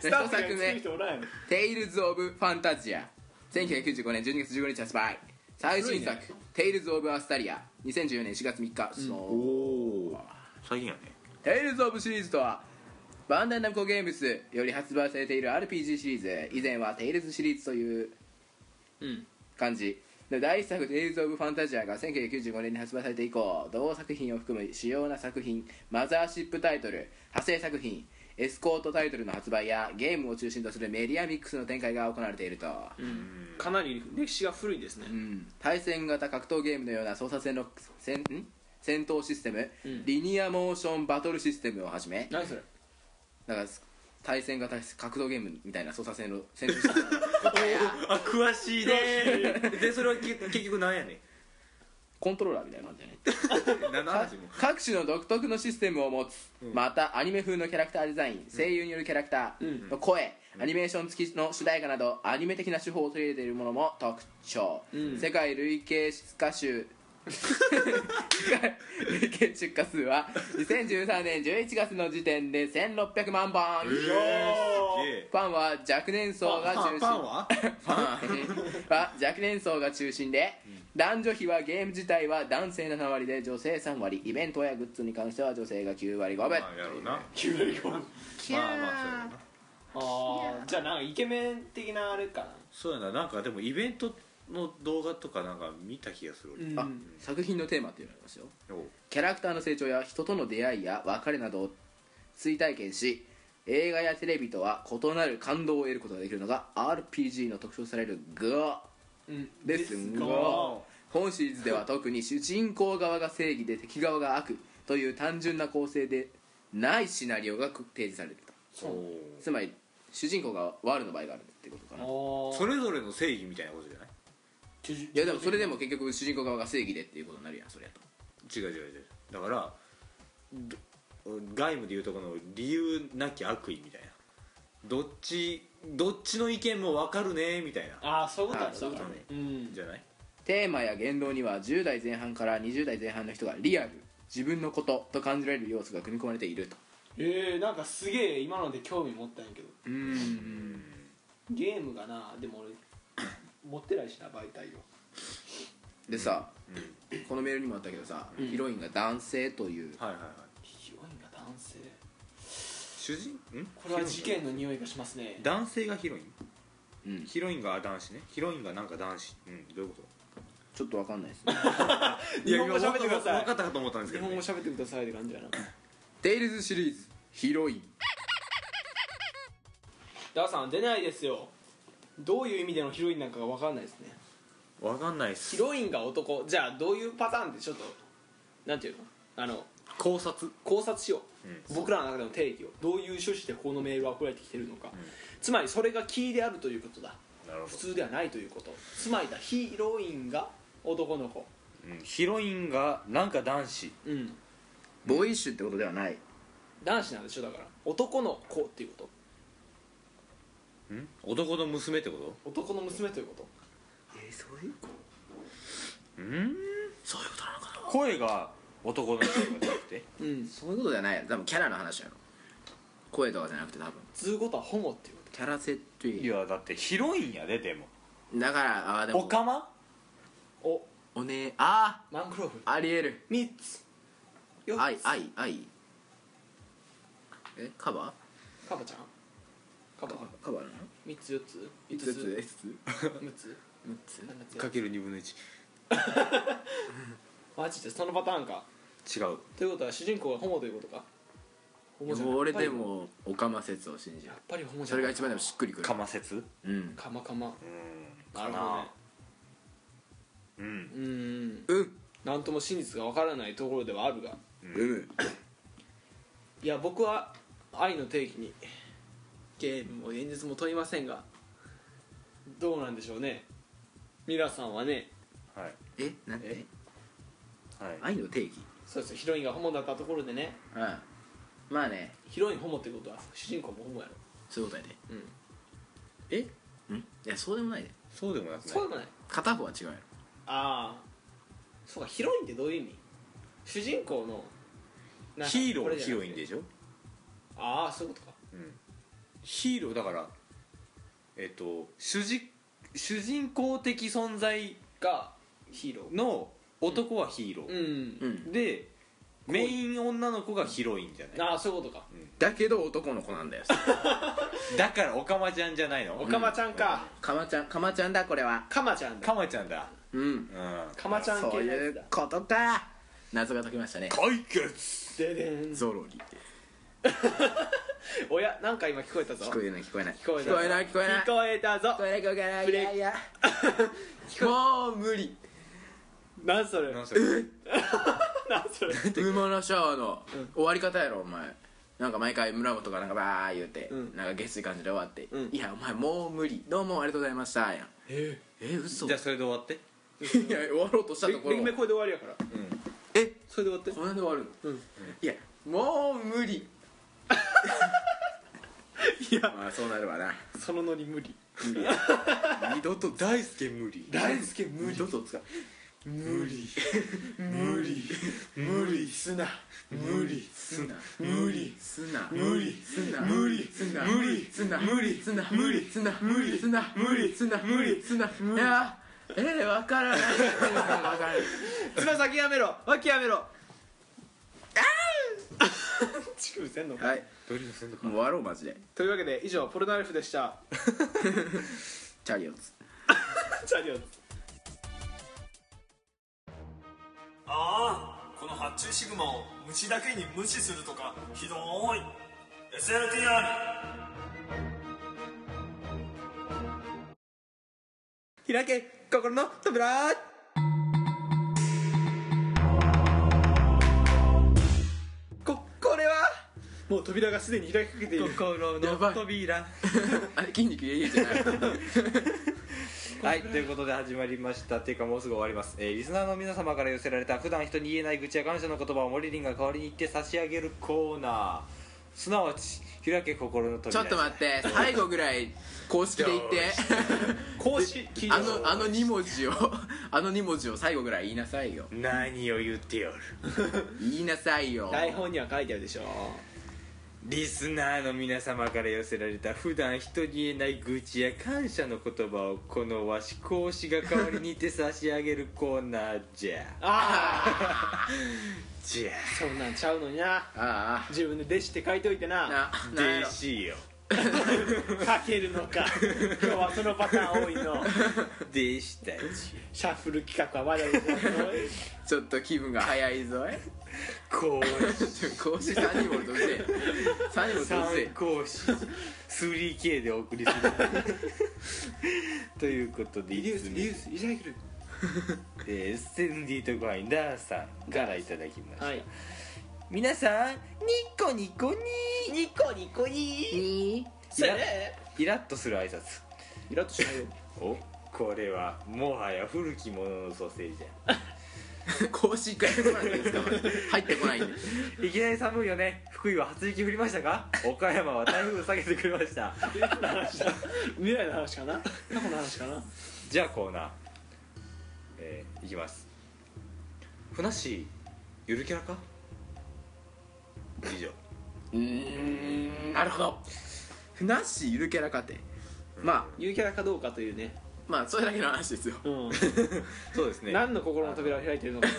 Speaker 2: スタッフが作る人おらんやろ
Speaker 1: 「テイルズ・オブ・ファンタジア」1995年12月15日発売最新作「テイルズ・オブ・アスタリア」2014年4月3日、
Speaker 3: お
Speaker 1: そう
Speaker 3: おー最近やね
Speaker 1: テイルズ・オブ」シリーズとはバンダイナムコゲームズより発売されている RPG シリーズ以前は「テイルズ」シリーズという
Speaker 2: うん
Speaker 1: 感じで第一作「テイルズ・オブ・ファンタジア」が1995年に発売されて以降同作品を含む主要な作品マザーシップタイトル派生作品エスコートタイトルの発売やゲームを中心とするメディアミックスの展開が行われていると、
Speaker 2: かなり歴史が古いですね
Speaker 1: うん対戦型格闘ゲームのような操作戦の戦ん戦闘システム、
Speaker 2: うん
Speaker 1: リニアモーションバトルシステムをはじめ
Speaker 2: 何それ
Speaker 1: だから対戦型格闘ゲームみたいな操作戦の戦闘システム
Speaker 3: あ詳しいねでそれはけ結局なんやね
Speaker 1: コントローラーみたいな感じじゃない
Speaker 3: 何の話も
Speaker 1: 各種の独特のシステムを持つ、またアニメ風のキャラクターデザイン声優によるキャラクターの声、アニメーション付きの主題歌などアニメ的な手法を取り入れているものも特徴、
Speaker 2: うん
Speaker 1: 世界累計出荷数世界累計出荷数は2013年11月の時点で1600万本、
Speaker 3: すげえ
Speaker 1: ファンは若年層が中心
Speaker 3: パンは
Speaker 1: ファンは若年層が中心で男女比はゲーム自体は男性7割で女性3割イベントやグッズに関しては女性が9割5
Speaker 3: まあ
Speaker 1: 分
Speaker 3: やろうなまあまあ
Speaker 2: 9割5
Speaker 3: そうやろうな
Speaker 2: ああじゃあなんかイケメン的なあれかな
Speaker 3: そうやななんかでもイベントの動画とかなんか見た気がする、
Speaker 2: うん
Speaker 1: あ作品のテーマっていうのがありますよ
Speaker 3: お
Speaker 1: キャラクターの成長や人との出会いや別れなどを追体験し映画やテレビとは異なる感動を得ることができるのが RPG の特徴とされるが
Speaker 2: うん
Speaker 1: ですが本シリーズでは特に主人公側が正義で敵側が悪という単純な構成でないシナリオが提示されると
Speaker 3: お
Speaker 1: つまり主人公が悪の場合があるってことかない
Speaker 2: お
Speaker 3: それぞれの正義みたいなことじゃない
Speaker 1: やでもそれでも結局主人公側が正義でっていうことになるやんそりゃと
Speaker 3: 違う違う違うだからど外務でいうとこの理由なき悪意みたいなどっちどっちの意見も分かるねみたいな
Speaker 2: ああそういうこと
Speaker 1: あそういうこと
Speaker 3: ね
Speaker 2: うん
Speaker 3: じゃない
Speaker 1: テーマや言動には10代前半から20代前半の人がリアル自分のことと感じられる要素が組み込まれていると
Speaker 2: えー、なんかすげえ今ので興味持ったんやけど
Speaker 1: うん
Speaker 2: ゲームがなでも俺持ってないしな媒体を
Speaker 1: でさ、このメールにもあったけどさ、
Speaker 2: うん
Speaker 1: ヒロインが男性という
Speaker 3: はいはいはい
Speaker 2: ヒロインが男性
Speaker 3: 主人ん
Speaker 2: これは事件の匂いがしますね
Speaker 3: 男性がヒロイン、
Speaker 1: うん
Speaker 3: ヒロインが男子ねヒロインがなんか男子うんどういうこ
Speaker 1: ちょっとわかんないです ね
Speaker 3: と
Speaker 2: 日本語喋ってください
Speaker 3: 分かったかと思ったんで
Speaker 2: 日
Speaker 3: すけど、
Speaker 2: 本
Speaker 3: ね
Speaker 2: 語、喋ってくださいって感じやな
Speaker 1: テイルズシリーズヒロイン
Speaker 2: ダーさん出ないですよどういう意味でのヒロインなんかが分かんないですね
Speaker 3: 分かんないっす
Speaker 2: ヒロインが男じゃあどういうパターンでちょっとなんていうのあの
Speaker 3: 考察
Speaker 2: 考察しよう、
Speaker 3: う
Speaker 2: 僕らの中での定義をどういう趣旨でこのメールは送られてきてるのか、つまりそれがキーであるということだ
Speaker 3: なるほ
Speaker 2: 普通ではないということつまりだヒロインが男の子
Speaker 3: ど、うん、ヒロインがなんか男子
Speaker 2: うん
Speaker 1: ボーイッシュってことではない
Speaker 2: 男子なんでしょだから男の子っていうこ
Speaker 3: ん男の娘ってこと
Speaker 2: と男の娘ということ
Speaker 1: えそういうこ
Speaker 3: うんそういうことなのかな声が男の声が出 て
Speaker 2: うん
Speaker 1: そういうことじゃないやろ多分キャラの話やろ声とかじゃなくて多分
Speaker 2: 通ことはホモっていうこ
Speaker 1: キャラ設定
Speaker 3: いやだってヒロインやででも
Speaker 1: だからあーで
Speaker 3: お
Speaker 1: も
Speaker 3: かま
Speaker 2: とお
Speaker 1: おねあ
Speaker 2: マングローブ
Speaker 1: あありえる
Speaker 2: 3つ4つ
Speaker 1: あいあいあいえカバ
Speaker 2: カバちゃんカバ
Speaker 1: ーカバーなの
Speaker 2: 3つ4つ
Speaker 1: 5
Speaker 2: 5
Speaker 1: つ
Speaker 2: つ
Speaker 1: 5
Speaker 2: 6つ
Speaker 1: つ
Speaker 2: 7つ
Speaker 3: かける2分の1
Speaker 2: マジでそのパターンか
Speaker 3: 違う
Speaker 2: ということは主人公はホモということかホモじゃない
Speaker 1: 俺でもオカマ説を信じる
Speaker 2: やっぱりホモじ
Speaker 1: そ
Speaker 2: ゃ
Speaker 1: れ
Speaker 2: な
Speaker 1: が
Speaker 2: い
Speaker 1: 一番でもしっくりくる
Speaker 3: かま説
Speaker 1: うん
Speaker 2: カマカマ
Speaker 3: うん
Speaker 2: なるほどね
Speaker 3: うん
Speaker 2: うーん
Speaker 1: うん
Speaker 2: なんとも真実がわからないところではあるが
Speaker 1: うむ
Speaker 2: いや僕は愛の定義にゲームも現実も問いませんがどうなんでしょうね皆さんはね
Speaker 3: はい
Speaker 1: えなんて
Speaker 3: はい
Speaker 1: 愛の定義
Speaker 2: そうですよヒロインがホモだったところでね
Speaker 1: うんまあね
Speaker 2: ヒロインホモってことは主人公もホモやろ
Speaker 1: そういうことやで
Speaker 2: うん
Speaker 1: えうんいやそうでもないで
Speaker 3: そうでもなくない
Speaker 2: そうでもない
Speaker 1: 片方は違うやろ
Speaker 2: ああそうかヒロインってどういう意味主人公のなんか
Speaker 3: ヒーロ
Speaker 2: こ
Speaker 3: ー
Speaker 2: れ
Speaker 3: ヒ
Speaker 2: じゃな
Speaker 3: ロ
Speaker 2: くて
Speaker 3: インでしょ
Speaker 2: ああそういうことか
Speaker 3: ヒーローだからえっと主人主人公的存在
Speaker 2: がヒーロー
Speaker 3: の男はヒーロ
Speaker 2: う
Speaker 3: ー、
Speaker 2: ん、
Speaker 1: うん
Speaker 3: でメイン女の子がヒロインじゃない
Speaker 2: ああそういうことか
Speaker 1: だけど男の子なんだよ
Speaker 3: だからオカマちゃんじゃないの
Speaker 2: おかまちゃんか、
Speaker 1: カマちゃんカマちゃんだこれは
Speaker 2: かまちゃんだ
Speaker 3: カマちゃんだ
Speaker 1: うん
Speaker 3: うん
Speaker 2: かまちゃん
Speaker 1: そう
Speaker 2: 系の
Speaker 1: い
Speaker 2: やつ
Speaker 1: う
Speaker 2: だ
Speaker 1: ことか謎が解けましたね
Speaker 3: 解決
Speaker 2: ででん
Speaker 1: ゾロリ
Speaker 2: おやなんか今聞こえたぞ
Speaker 1: 聞こえない聞こえない
Speaker 2: 聞こえた
Speaker 1: 聞こえない聞こえない
Speaker 2: 聞こえたぞ
Speaker 1: こえない聞こえない
Speaker 2: ブ
Speaker 1: い
Speaker 2: レイ
Speaker 1: やいやもう無理
Speaker 2: 何それ
Speaker 3: 何
Speaker 2: 何
Speaker 3: それ
Speaker 2: それ
Speaker 1: ウーマンラッシュアワーの終わり方やろお前なんか毎回村本がなんかバー言うて、
Speaker 2: うん
Speaker 1: なんかゲスい感じで終わって「
Speaker 2: うん
Speaker 1: いやお前もう無理どうもありがとうございました」やん
Speaker 2: え
Speaker 1: え嘘
Speaker 3: じゃあそれで終わって
Speaker 1: いや終わろうとしたところ
Speaker 2: リメこれで終わりやから
Speaker 1: え
Speaker 2: それで終わって
Speaker 1: この辺で終わるの、
Speaker 2: うん
Speaker 1: いやもう無理いやまあそうなるわな
Speaker 2: そのノリ無理
Speaker 3: 二度と大輔無理
Speaker 2: 大輔無
Speaker 1: 二度と使う
Speaker 2: 無理
Speaker 3: 無理無理
Speaker 2: すな
Speaker 3: 無理
Speaker 1: すな
Speaker 3: 無理
Speaker 1: すな
Speaker 3: 無理
Speaker 1: すな
Speaker 3: 無理
Speaker 1: すな
Speaker 3: 無理
Speaker 1: すな
Speaker 3: 無理
Speaker 1: すな
Speaker 3: 無理
Speaker 1: すな
Speaker 3: 無理
Speaker 1: すな
Speaker 3: 無理
Speaker 1: すな
Speaker 3: 無理
Speaker 1: すな無理いやえー、わからないわからない
Speaker 2: つま先やめろ脇やめろああ乳首せんのか
Speaker 1: はい
Speaker 3: ドリルせんの
Speaker 1: もう終わろうマジで
Speaker 2: というわけで以上ポルナレフで した
Speaker 1: チャリオッツ
Speaker 2: チャリオット
Speaker 5: ああこの発注シグマを虫だけに無視するとかひどーい SLTR
Speaker 3: 開け心の扉
Speaker 2: ここれはもう扉がすでに開きかけている
Speaker 3: 心
Speaker 1: やばい
Speaker 3: 扉
Speaker 1: あれ筋肉いえいえじゃない
Speaker 3: はいということで始まりましたっていうかもうすぐ終わります、えーリスナーの皆様から寄せられた普段人に言えない愚痴や感謝の言葉をモリリンが代わりに言って差し上げるコーナーすなわち開け心の 扉
Speaker 1: ちょっと待って最後ぐらい公式で言って
Speaker 2: 公式聞い
Speaker 1: あ
Speaker 2: てます
Speaker 1: のあの2文字を あの2文字を最後ぐらい言いなさいよ
Speaker 3: 何を言っておる
Speaker 1: 言いなさいよ
Speaker 2: 台本には書いてあるでしょ
Speaker 3: リスナーの皆様から寄せられた普段人に言えない愚痴や感謝の言葉をこのわし講師が代わりに言って差し上げるコーナーじゃ
Speaker 2: ああ
Speaker 3: じゃ
Speaker 2: そんなんちゃうのにな
Speaker 1: あ
Speaker 2: 自分で弟子って書いといて
Speaker 1: あ
Speaker 2: な
Speaker 1: な
Speaker 3: あ
Speaker 1: なんやろ
Speaker 3: 弟子よ
Speaker 2: 書けるのか今日はそのパターン多いの
Speaker 3: 弟子たち
Speaker 2: シャッフル企画はまだですよ
Speaker 1: ちょっと気分が早いぞい
Speaker 3: 講
Speaker 1: ちょ公式3人もどうせ3人もどう
Speaker 3: 三
Speaker 1: せ
Speaker 3: 講師 3K でお送りするということでいつも
Speaker 2: ースリサイクル
Speaker 3: えー SND 特派員ダーさんからいただきました、
Speaker 2: はい
Speaker 3: 皆さんニコニコに
Speaker 2: ニコニコに
Speaker 1: に
Speaker 2: それ
Speaker 3: イラッとする挨拶
Speaker 2: イラッとしないよ
Speaker 3: おこれはもはや古きものの蘇生じ
Speaker 1: 公式が入ってこないんですかマジで入ってこないんで
Speaker 3: ゃいきなり寒いよね福井は初雪降りましたか岡山は台風下げてくれました
Speaker 2: 未来の話かな過去の話かな
Speaker 3: じゃあコーナーえーいきますふなっしーゆるキャラか以上
Speaker 1: うーんなるほどふなっしーゆるキャラかてま
Speaker 2: ゆうキャラかどうかというね
Speaker 1: あまあそれだけの話ですよちょ
Speaker 2: うん、
Speaker 3: そうですね
Speaker 2: 何の心の扉を開いてるのか
Speaker 1: っ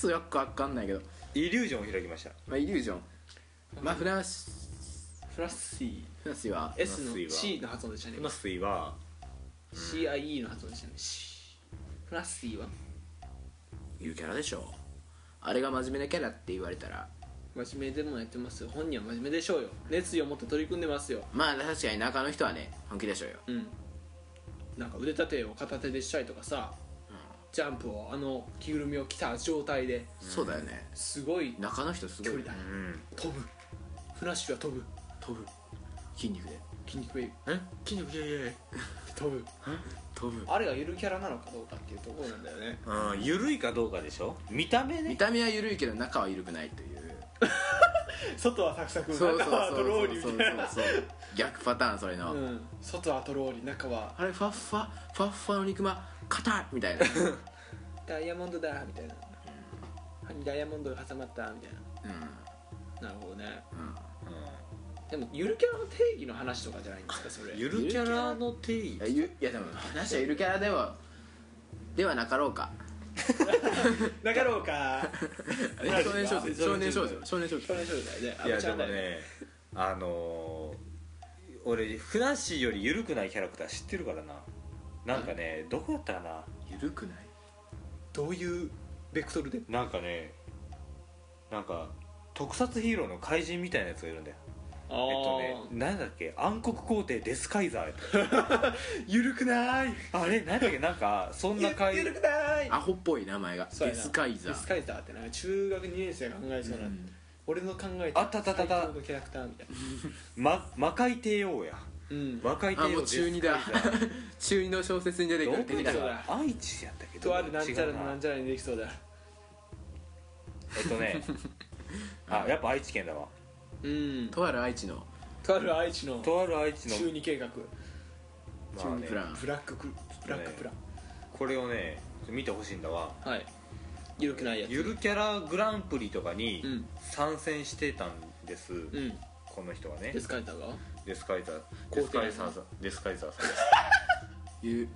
Speaker 1: とよくわかんないけど
Speaker 3: イリュージョンを開きました
Speaker 1: まあイリュージョンまあフラッシ
Speaker 2: フラッシ
Speaker 1: ュフラッシュは
Speaker 2: ー S の
Speaker 3: フラッシーは
Speaker 2: C の発音でしたね
Speaker 3: 今水は
Speaker 2: CIE の発音でしたね C フラッシーは
Speaker 1: いうキャラでしょあれが真面目なキャラって言われたら
Speaker 2: 真面目でもやってますよ本人は真面目でしょうよ熱意を持って取り組んでますよ
Speaker 1: まあ確かに中の人はね本気でしょうよ
Speaker 2: うんなんか腕立てを片手でしたりとかさ、ジャンプをあの着ぐるみを着た状態で
Speaker 1: そうだよね
Speaker 2: すごい
Speaker 1: 中の人す
Speaker 2: 距
Speaker 1: ごい
Speaker 2: 離
Speaker 1: よ
Speaker 2: だ、
Speaker 1: ね
Speaker 3: うん
Speaker 2: 飛ぶフラッシュは飛ぶ
Speaker 1: 飛ぶ筋肉で
Speaker 2: 筋肉ウェー
Speaker 1: え筋肉で
Speaker 2: ブ飛ぶ
Speaker 1: 飛ぶ
Speaker 2: あれがゆるキャラなのかどうかっていうところなんだよね
Speaker 3: うん緩いかどうかでしょ見た目
Speaker 1: 見
Speaker 3: ね
Speaker 1: た目は緩いけど中は緩くないという
Speaker 2: 外はサクサク
Speaker 1: そうそう
Speaker 2: 中は
Speaker 1: そ
Speaker 2: ドロー
Speaker 1: う
Speaker 2: リ
Speaker 1: そうそ
Speaker 2: ー
Speaker 1: う
Speaker 2: みたいな
Speaker 1: そう逆パターンそれの、
Speaker 2: うん外はとろーリ中は
Speaker 1: あれふわっふわふわっふわの肉ま硬いみたいなう
Speaker 2: ダイヤモンドだみたいな歯にダイヤモンドが挟まったみたい
Speaker 1: ん
Speaker 2: ななるほどね
Speaker 1: う
Speaker 2: でもゆるキャラの定義の話とかじゃないんですかそれ
Speaker 3: ゆるキャラの定
Speaker 1: ん
Speaker 3: 義
Speaker 1: いやゆいやでも話はゆるキャラではではなかろうか
Speaker 2: なかろうか
Speaker 1: え少年少女少年少女少年少
Speaker 2: こ
Speaker 1: 女
Speaker 2: れそうだよね
Speaker 3: い
Speaker 2: あ
Speaker 3: や
Speaker 2: のち
Speaker 3: で
Speaker 2: ゃん
Speaker 3: も
Speaker 2: だよね
Speaker 3: ねあのー、俺ふなっしーより緩くないキャラクター知ってるからななんかねどこだったかな
Speaker 1: ゆるくない
Speaker 2: どういうベクトルで
Speaker 3: なんかねなんか特撮ヒーローの怪人みたいなやつがいるんだよ
Speaker 2: あ
Speaker 3: えっとねなんだっけ暗黒皇帝デスカイザー
Speaker 2: ゆるくない
Speaker 3: あれなんだっけなんかそんな怪
Speaker 2: ゆるくない
Speaker 1: アホっぽい名前が
Speaker 2: そう
Speaker 1: デ
Speaker 2: やな
Speaker 1: スカイザ
Speaker 2: デスカイザーってなんか中学2年生が考えそうな、
Speaker 1: うん
Speaker 2: 俺の考え
Speaker 3: あったあったあった
Speaker 2: 最強のキャラクターみたいな
Speaker 3: ま魔界帝王や
Speaker 2: うん
Speaker 3: 魔界帝
Speaker 1: あ
Speaker 3: 王
Speaker 1: もう中二だ
Speaker 3: デスカイザー
Speaker 1: 中二の小説に出て
Speaker 3: ど
Speaker 1: く
Speaker 3: こ
Speaker 1: る敵だ
Speaker 3: だ
Speaker 2: どこ
Speaker 1: か
Speaker 2: だ
Speaker 3: 愛知やったっけど
Speaker 2: とあるなんちゃら
Speaker 3: 違う
Speaker 2: のなんちゃらにできそうだ
Speaker 3: えっとねあやっぱ愛知県だわ
Speaker 2: うん
Speaker 1: とある愛知の
Speaker 2: とある愛知の
Speaker 3: とある愛知の
Speaker 2: 中二計画
Speaker 1: 中二プラン、
Speaker 2: ブラッククブラックプラン、
Speaker 3: これをね見てほしいんだわ
Speaker 2: はいゆるくないやつ
Speaker 3: ゆるキャラグランプリとかに
Speaker 2: うん
Speaker 3: 参戦してたんです、
Speaker 2: うん
Speaker 3: この人はね
Speaker 2: デスカイザーが
Speaker 3: デスカイザー
Speaker 2: 皇帝
Speaker 3: デスカイザーさんデスカイザーさんです
Speaker 1: ゆ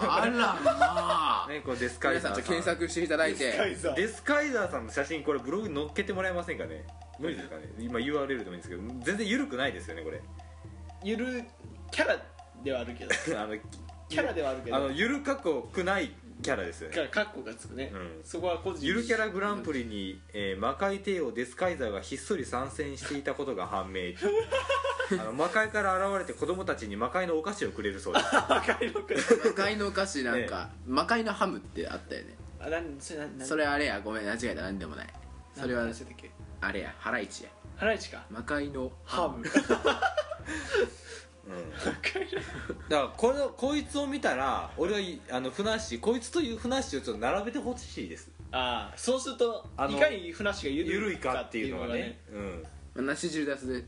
Speaker 1: あらまあ
Speaker 3: ねこれデスカイ
Speaker 1: 皆
Speaker 3: ザ
Speaker 1: さ
Speaker 3: ー
Speaker 1: ん
Speaker 3: さ
Speaker 1: ち
Speaker 3: ん
Speaker 1: ょっと検索していただいて
Speaker 2: ザ
Speaker 3: デスカイザーさんの写真これブログに載っけてもらえませんかね無理ですかね今 URL でもいいんですけど全然緩くないですよねこれ
Speaker 2: ゆるキャラではあるけど
Speaker 3: あの
Speaker 2: キャラではあるけ
Speaker 3: あの
Speaker 2: ど
Speaker 3: 緩かっこくないキャラですよね
Speaker 2: かカッコがつくね、
Speaker 3: うん
Speaker 2: そこは個人
Speaker 3: ゆるキャラグランプリに、えー魔界帝王デスカイザーがひっそり参戦していたことが判 明あの魔界から現れて子供たちに魔界のお菓子をくれるそうです
Speaker 1: 魔界のお菓子なんか、魔界のハムってあったよね
Speaker 2: あなんそれなな
Speaker 1: それあれやごめん間違えた何でもないそれは
Speaker 2: 何の話だっけ
Speaker 1: あれやハライチや
Speaker 2: ハライチか
Speaker 1: 魔界の
Speaker 2: ハム
Speaker 3: だからこれをこいつを見たら俺はいあのふなっしーこいつというふなっしーをちょっと並べてほしいです
Speaker 2: ああそうすると
Speaker 3: あ
Speaker 2: い
Speaker 3: の
Speaker 2: かにフラッシュがゆる
Speaker 3: ゆるいかっていうのがねうん
Speaker 1: 梨汁出すで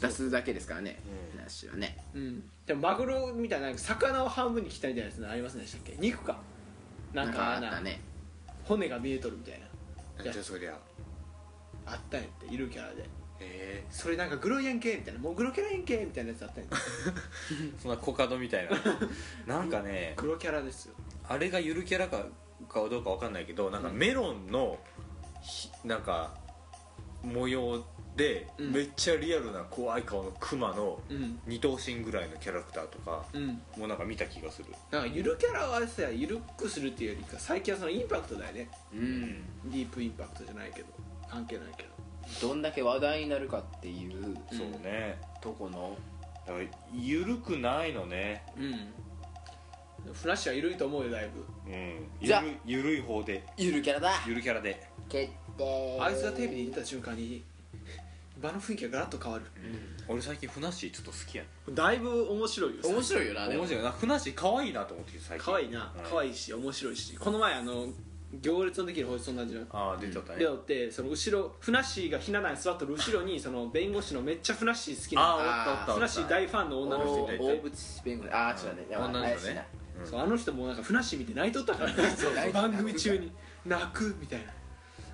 Speaker 1: 出すだけですからね梨はね
Speaker 2: うんでもマグロみたいななんか魚を半分に切ったみたいなやつありませんでしたっけ肉かな
Speaker 1: なんん
Speaker 2: か
Speaker 1: かあったね
Speaker 2: 骨が見えとるみたいな
Speaker 3: なんじゃそりゃ
Speaker 2: あったんやっているキャラで
Speaker 3: え
Speaker 2: それなんかグロやんけみたいなもうグロキャラやんけみたいなやつあったんや
Speaker 3: えそんなコカドみたい ななんかね
Speaker 2: グロキャラですよ
Speaker 3: あれがゆるキャラかかどうかわかんないけどなんかメロンのひなんか模様で
Speaker 2: うん
Speaker 3: めっちゃリアルな怖い顔のクマの
Speaker 2: うん
Speaker 3: 二頭身ぐらいのキャラクターとか
Speaker 2: うん
Speaker 3: もうなんか見た気がする
Speaker 2: なんかゆるキャラをあれさゆるくするっていうよりか最近はそのインパクトだよね
Speaker 1: うん
Speaker 2: ディープインパクトじゃないけど関係ないけど
Speaker 1: どんだけ話題になるかっていう
Speaker 3: そうね
Speaker 1: とこの
Speaker 3: だからゆるくないのね
Speaker 2: うんフラッシュは緩いと思うよだいぶ
Speaker 3: うん
Speaker 1: じゃあ
Speaker 3: ゆるい方で
Speaker 1: ゆるキャラだ
Speaker 3: ゆるキャラで
Speaker 1: 決定
Speaker 2: あいつがテレビに出た瞬間に場の雰囲気がガラッと変わる、
Speaker 3: 俺最近ふなっしーちょっと好きやね
Speaker 2: だいぶ面白いよ
Speaker 1: 面白いよなでも
Speaker 3: 面白いなふなっしー可愛いなと思ってきて最近
Speaker 2: 可愛いな
Speaker 3: うん
Speaker 2: 可愛いし面白いしこの前あの行列のできる法律と同じの
Speaker 3: ああ出ちゃったね
Speaker 2: でおってその後ろふなっしーがひな壇に座ってる後ろにその弁護士のめっちゃふなっしー好き
Speaker 3: あ
Speaker 2: な
Speaker 3: あおったおったおった
Speaker 2: ふなっしー大ファンの女の人
Speaker 1: お
Speaker 2: い
Speaker 1: 大
Speaker 2: て
Speaker 1: 渕弁護士ああちょっとねやばい
Speaker 3: 女の人ねうん
Speaker 2: そうあの人もなんかふなっしー見て泣いと ったからね番組中に泣くみたいな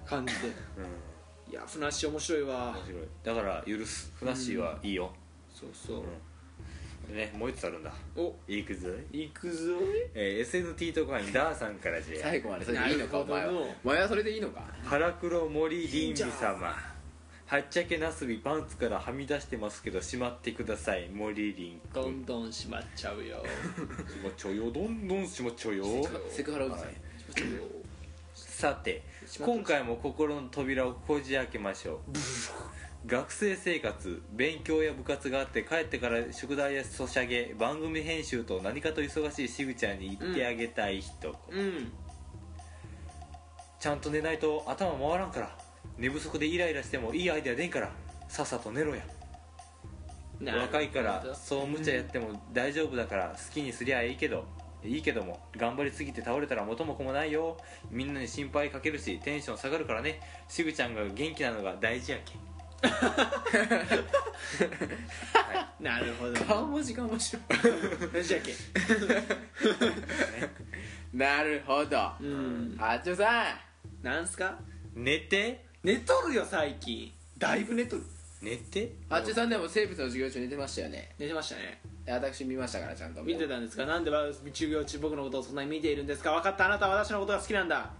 Speaker 2: 感じ で
Speaker 3: うん
Speaker 2: いやふなっしー面白いわ
Speaker 3: 面白いだから許すふなっしーはいいよ、
Speaker 2: そうそう、
Speaker 3: んねもう一つあるんだ
Speaker 2: お
Speaker 3: いくぞい、
Speaker 2: 行くぞ
Speaker 3: えー SNT 特派員ダーさんからじゃ
Speaker 1: 最後までそれでいいのかお前は
Speaker 2: なるほど
Speaker 1: お前はそれでいいのか
Speaker 3: 腹黒森林美様はっちゃけなすびパンツからはみ出してますけどしまってください森林
Speaker 2: どんどんしまっちゃうよ
Speaker 3: しまっちょよどんどんしまっちょよ
Speaker 1: セクハラおじさんや
Speaker 3: さて今回も心の扉をこじ開けましょう学生生活勉強や部活があって帰ってから宿題やソシャゲ番組編集と何かと忙しいしぐちゃんに言ってあげたい人、
Speaker 2: うん
Speaker 3: ちゃんと寝ないと頭回らんから寝不足でイライラしてもいいアイデア出んからさっさと寝ろや若いからそう無茶やっても大丈夫だから好きにすりゃいいけどいいけども頑張りすぎて倒れたら元も子もないよみんなに心配かけるしテンション下がるからねしぐちゃんが元気なのが大事やけん
Speaker 2: なるほど
Speaker 1: 顔文字が面白い
Speaker 2: じゃけ
Speaker 1: なるほどあ
Speaker 2: うん
Speaker 1: っちょさん
Speaker 2: なんすか
Speaker 3: 寝て
Speaker 2: 寝とるよ最近だいぶ寝とる
Speaker 3: 寝て
Speaker 1: あっちょさんでも生物の授業中寝てましたよね
Speaker 2: 寝てましたね
Speaker 1: 私見ましたからちゃんと
Speaker 2: 見てたんですかなんで授業中僕のことをそんなに見ているんですか分かったあなたは私のことが好きなんだ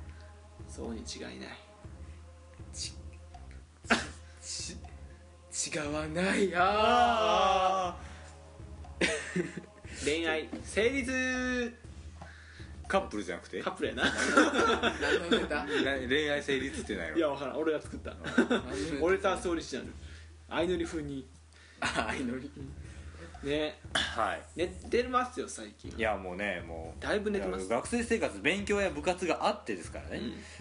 Speaker 2: そうに違いない
Speaker 1: 違わないや
Speaker 2: 恋愛成立
Speaker 3: カップルじゃなくて
Speaker 2: カップルやな
Speaker 1: 何のネタ
Speaker 3: 恋愛成立ってない
Speaker 2: いや分からん俺が作った 俺とアスオリジナル相乗り風に
Speaker 1: あいのり
Speaker 2: ね
Speaker 3: はい
Speaker 2: 寝てますよ最近
Speaker 3: いやもうねもう
Speaker 2: だいぶ寝てます
Speaker 3: いや学生生活勉強や部活があってですからね、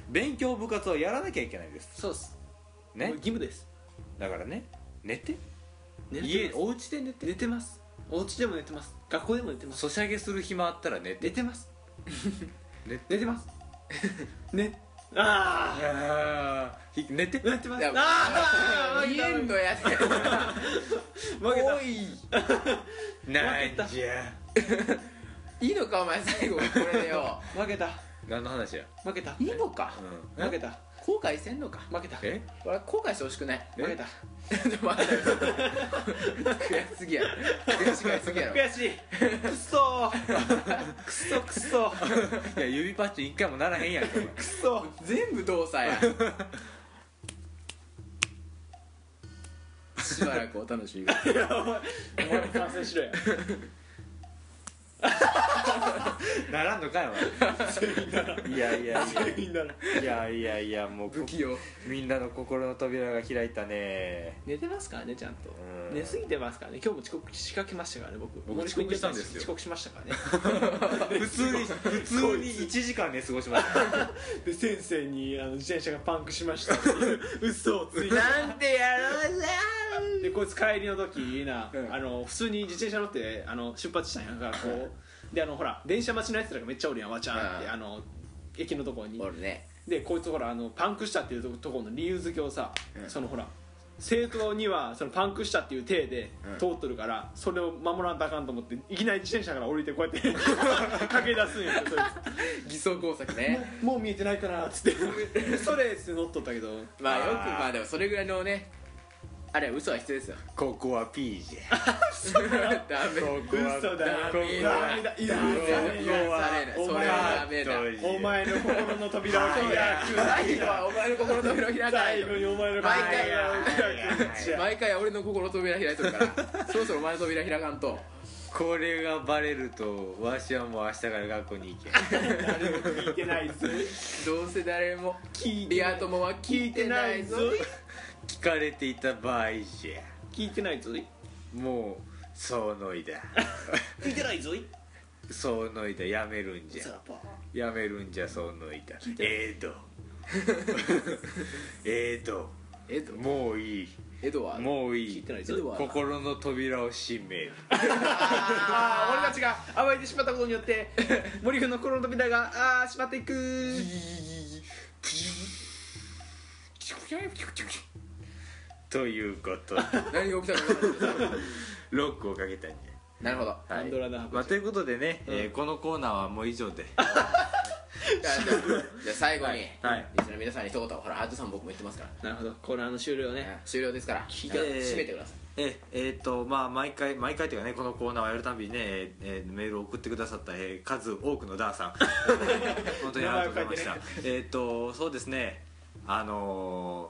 Speaker 3: 勉強部活をやらなきゃいけないです
Speaker 2: そうっすもう
Speaker 3: ね
Speaker 2: 義務です
Speaker 3: だからね寝て
Speaker 2: 寝
Speaker 3: 家
Speaker 2: てま
Speaker 3: お家で寝
Speaker 2: す
Speaker 3: て
Speaker 2: 寝てますお家でも寝てます学校でも寝てます
Speaker 3: ソシャゲする暇あったら寝
Speaker 2: 寝
Speaker 3: て
Speaker 2: てます
Speaker 3: 寝て
Speaker 2: 寝てますねあ
Speaker 3: あー寝て
Speaker 2: あ寝てます
Speaker 1: いや
Speaker 2: ああ
Speaker 1: 言えんのやで
Speaker 2: 負けた
Speaker 3: なんじゃ
Speaker 1: いいのかお前最後これでよ
Speaker 2: 負けた
Speaker 3: 何の話や、
Speaker 2: 負けた
Speaker 1: いいのか
Speaker 3: うん、
Speaker 2: 負けた
Speaker 1: 後悔せんのか
Speaker 2: 負けた
Speaker 3: え
Speaker 1: 俺後悔してほしくない
Speaker 2: 負けた
Speaker 1: ちょっと 待って悔しすぎやろ悔しがりすぎやろ
Speaker 2: 悔しいくっ そーくっそくっそ
Speaker 3: いや指パッチン一回もならへんやんけお前
Speaker 2: くっそ
Speaker 1: 全部動作 やしばらくお楽しみください
Speaker 2: お前も完成しろや
Speaker 3: ならんのかよお前いやいやいや
Speaker 2: みんなの
Speaker 3: いやいやいやもう
Speaker 1: 不器用
Speaker 3: みんなの心の扉が開いたね
Speaker 2: 寝てますからねちゃんと
Speaker 3: うん
Speaker 2: 寝すぎてますからね今日も遅刻しかけましたからね僕
Speaker 3: 僕遅刻したんですよ
Speaker 2: 遅刻しましたからね
Speaker 3: 普通に普通に1時間ね過ごしました
Speaker 2: で先生にあの自転車がパンクしましたっていう 嘘をついて
Speaker 1: なんでやろうじ
Speaker 2: でこいつ帰りの時いいな、
Speaker 1: うん
Speaker 2: あの普通に自転車乗ってあの出発したんやんかこうであのほら電車待ちのやつらがめっちゃおるやんわちゃんって、
Speaker 1: うん
Speaker 2: あの駅のところに
Speaker 1: ゃん俺ね
Speaker 2: でこいつほらあのパンクしたっていうとところの理由付けをさ、そのほら生徒にはそのパンクしたっていう体で
Speaker 1: うん
Speaker 2: 通っとるから、それを守らんとあかんと思っていきなり自転車から降りてこう やって駆け出すんやってそい
Speaker 1: 偽装工作ね
Speaker 2: つもう見えてないかなっつってそれっつって乗っとったけど
Speaker 1: まあよく
Speaker 3: あー
Speaker 1: まあでもそれぐらいのねあれは嘘は必要ですよ
Speaker 3: ここは P じゃ
Speaker 1: ダメ
Speaker 2: 嘘だよ
Speaker 1: ダメだ
Speaker 2: ダメだいや
Speaker 1: それはそれはダメだ
Speaker 2: お前の心の扉を開く
Speaker 1: 最後はお前の心の扉を開かない
Speaker 2: 最
Speaker 1: と
Speaker 2: 後にお前の
Speaker 1: 毎回
Speaker 2: 扉を開くじゃあ
Speaker 1: 毎回俺の心の扉開いとるから そろそろお前の扉開かんと
Speaker 3: これがバレるとわしはもう明日から学校に行け
Speaker 2: 誰も聞いてないぞ
Speaker 1: どうせ誰も
Speaker 2: 聞いて
Speaker 1: リ
Speaker 2: な
Speaker 1: ア
Speaker 2: い
Speaker 1: 友は聞いてないぞ
Speaker 3: 聞かれていた場合じゃ
Speaker 2: 聞いてないぞい
Speaker 3: もうそうのいだ
Speaker 2: 聞いてないぞい
Speaker 3: そうのいだやめるんじゃやめるんじゃそうのいだええど ええど
Speaker 1: エド
Speaker 3: もういい
Speaker 1: エドは
Speaker 3: もうい
Speaker 2: 聞い
Speaker 3: い
Speaker 2: てないぞ
Speaker 1: エドは
Speaker 3: 心の扉を閉める
Speaker 2: ああ俺たちが暴いてしまったことによって 森君の心の扉がああ閉まっていく
Speaker 3: ということで
Speaker 1: 何が起きたのか分かんないけどさ
Speaker 3: ロックをかけたんじ
Speaker 1: なるほど
Speaker 3: ゃ、は
Speaker 2: パンドラの箱
Speaker 3: まあ、ということでね、えーこのコーナーはもう以上で
Speaker 1: じゃあじゃあじゃあ最後に、
Speaker 2: はい
Speaker 1: リスナーの皆さんに一言ほらハットさん僕も言ってますから、
Speaker 2: なるほどコーナーの終了ね
Speaker 1: ね終了ですから
Speaker 2: 聞
Speaker 1: じ
Speaker 2: いた
Speaker 1: ゃあ締めてください
Speaker 3: ええーっとまあ毎回毎回というかねこのコーナーをやるたびにね、えーえーメールを送ってくださった、えー数多くのダーさん本当にありがとうございましたえーっとそうですねあの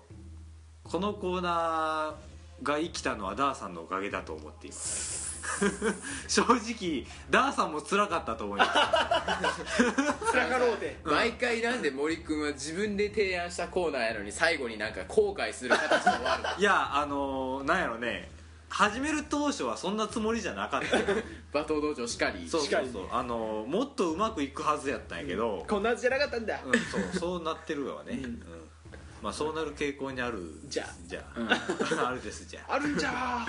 Speaker 3: ーこのコーナーが生きたのはダーさんのおかげだと思っています 正直ダーさんも辛かったと思います
Speaker 2: 辛かろうて
Speaker 1: 毎回なんで森君は自分で提案したコーナーやのに最後になんか後悔する形で終わる の
Speaker 3: いやあのーなんやろね始める当初はそんなつもりじゃなかった よ
Speaker 1: 馬頭道場しかり
Speaker 3: そう
Speaker 2: しか
Speaker 3: そう
Speaker 2: り
Speaker 3: そうあのーもっとうまくいくはずやったんやけど、
Speaker 2: こんなはずじゃなかったんだ
Speaker 3: うんそうそうなってるわね、うんまあそうなる傾向にある
Speaker 2: じゃあ
Speaker 3: じゃあ、 あるですじゃあ
Speaker 2: あるんじゃ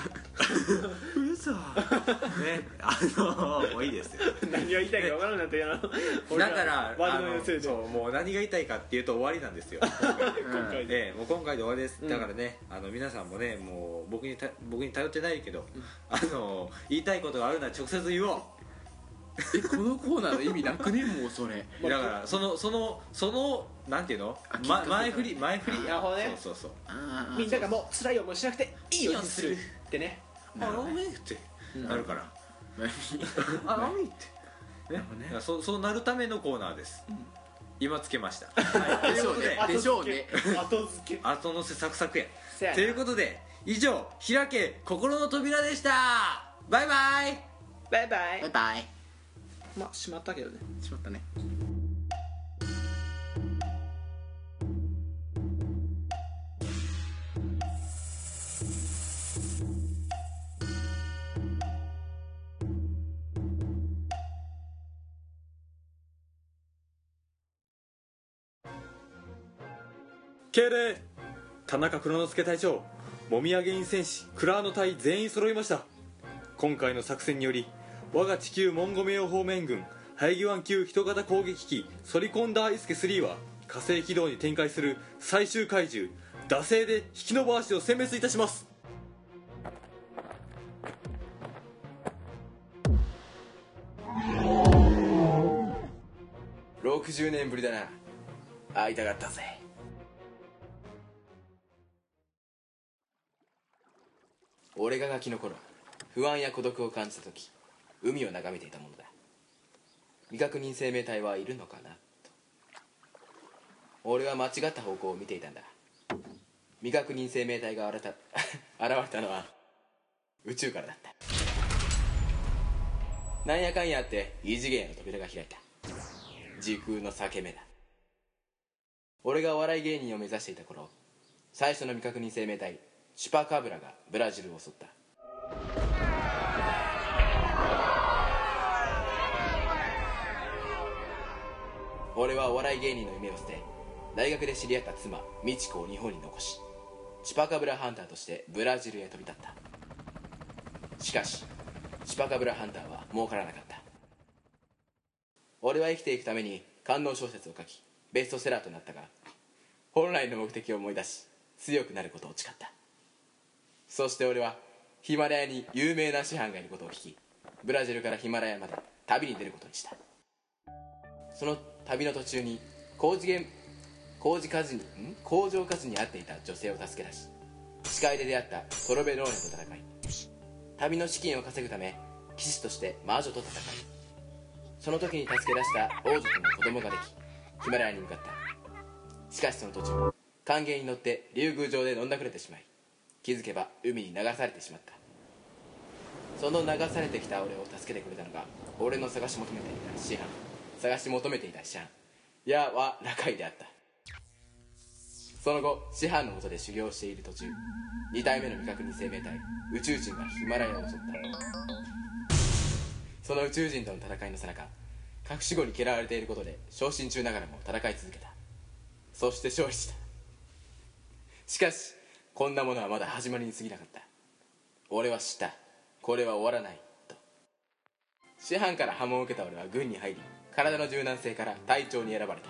Speaker 3: うそねあのーもういいですよ
Speaker 2: ー何が言いたいか分からんなって嫌な だ
Speaker 3: だから
Speaker 2: 悪
Speaker 3: あ
Speaker 2: の
Speaker 3: の
Speaker 2: 要請で
Speaker 3: そうもう何が言いたいかっていうと終わりなんですよ
Speaker 2: 今回で
Speaker 3: ええ、もう今回で終わりです、だからねあの皆さんもねもう僕にた僕に頼ってないけど、あの言いたいことがあるなら直接言おう
Speaker 1: えこのコーナーの意味なくねもうそれ
Speaker 3: だからそのそのそのなんていうの、ま、前振り前振り
Speaker 2: なるほどね
Speaker 3: そうそう
Speaker 2: みんながもう辛い思いしなくていいようにするってね
Speaker 3: そうあのめってなるからあの めってねだからそうそうなるためのコーナーです、今つけました、はい、と
Speaker 1: で
Speaker 3: い
Speaker 1: し
Speaker 3: う
Speaker 1: ょ
Speaker 3: こ
Speaker 1: う
Speaker 3: とで
Speaker 1: ねでしょうね
Speaker 2: 後付け
Speaker 3: 後のせサクサクや
Speaker 2: せやな
Speaker 3: ということで以上開け心の扉でしたバイバイ
Speaker 2: バイバイ
Speaker 1: バイバイ
Speaker 2: まあしまったけどね
Speaker 1: しまったね
Speaker 6: 敬礼田中黒之助隊長もみあげ院戦士クラーノ隊全員揃いました今回の作戦により我が地球モンゴメオ方面軍ハイギワン級人型攻撃機ソリコンダーイスケ3は火星軌道に展開する最終怪獣惰性で引き延ばしを殲滅いたします
Speaker 1: 60年ぶりだな会いたかったぜ俺がガキの頃不安や孤独を感じた時海を眺めていたものだ未確認生命体はいるのかなと俺は間違った方向を見ていたんだ未確認生命体が現れた 現れたのは宇宙からだったなんやかんやあって異次元への扉が開いた時空の裂け目だ俺がお笑い芸人を目指していた頃最初の未確認生命体チュパカブラがブラジルを襲った俺はお笑い芸人の夢を捨て大学で知り合った妻美智子を日本に残しチュパカブラハンターとしてブラジルへ飛び立ったしかしチュパカブラハンターは儲からなかった俺は生きていくために官能小説を書きベストセラーとなったが本来の目的を思い出し強くなることを誓ったそして俺はヒマラヤに有名な師範がいることを聞きブラジルからヒマラヤまで旅に出ることにしたその旅の途中に工事現工事火事にん工場火事に遭っていた女性を助け出し視界で出会ったトロベローネと戦い旅の資金を稼ぐため騎士として魔女と戦いその時に助け出した王女との子供ができヒマラヤに向かったしかしその途中歓迎に乗って竜宮城で飲んだくれてしまい気づけば海に流されてしまったその流されてきた俺を助けてくれたのが俺の探し求めていた師範探し求めていた師範やは仲井であったその後師範のもとで修行している途中2体目の未確認生命体宇宙人がヒマラヤを襲ったその宇宙人との戦いの最中隠し子に嫌われていることで昇進中ながらも戦い続けたそして勝利したしかしこんなものはまだ始まりに過ぎなかった俺は知ったこれは終わらないと師範から波紋を受けた俺は軍に入り体の柔軟性から隊長に選ばれた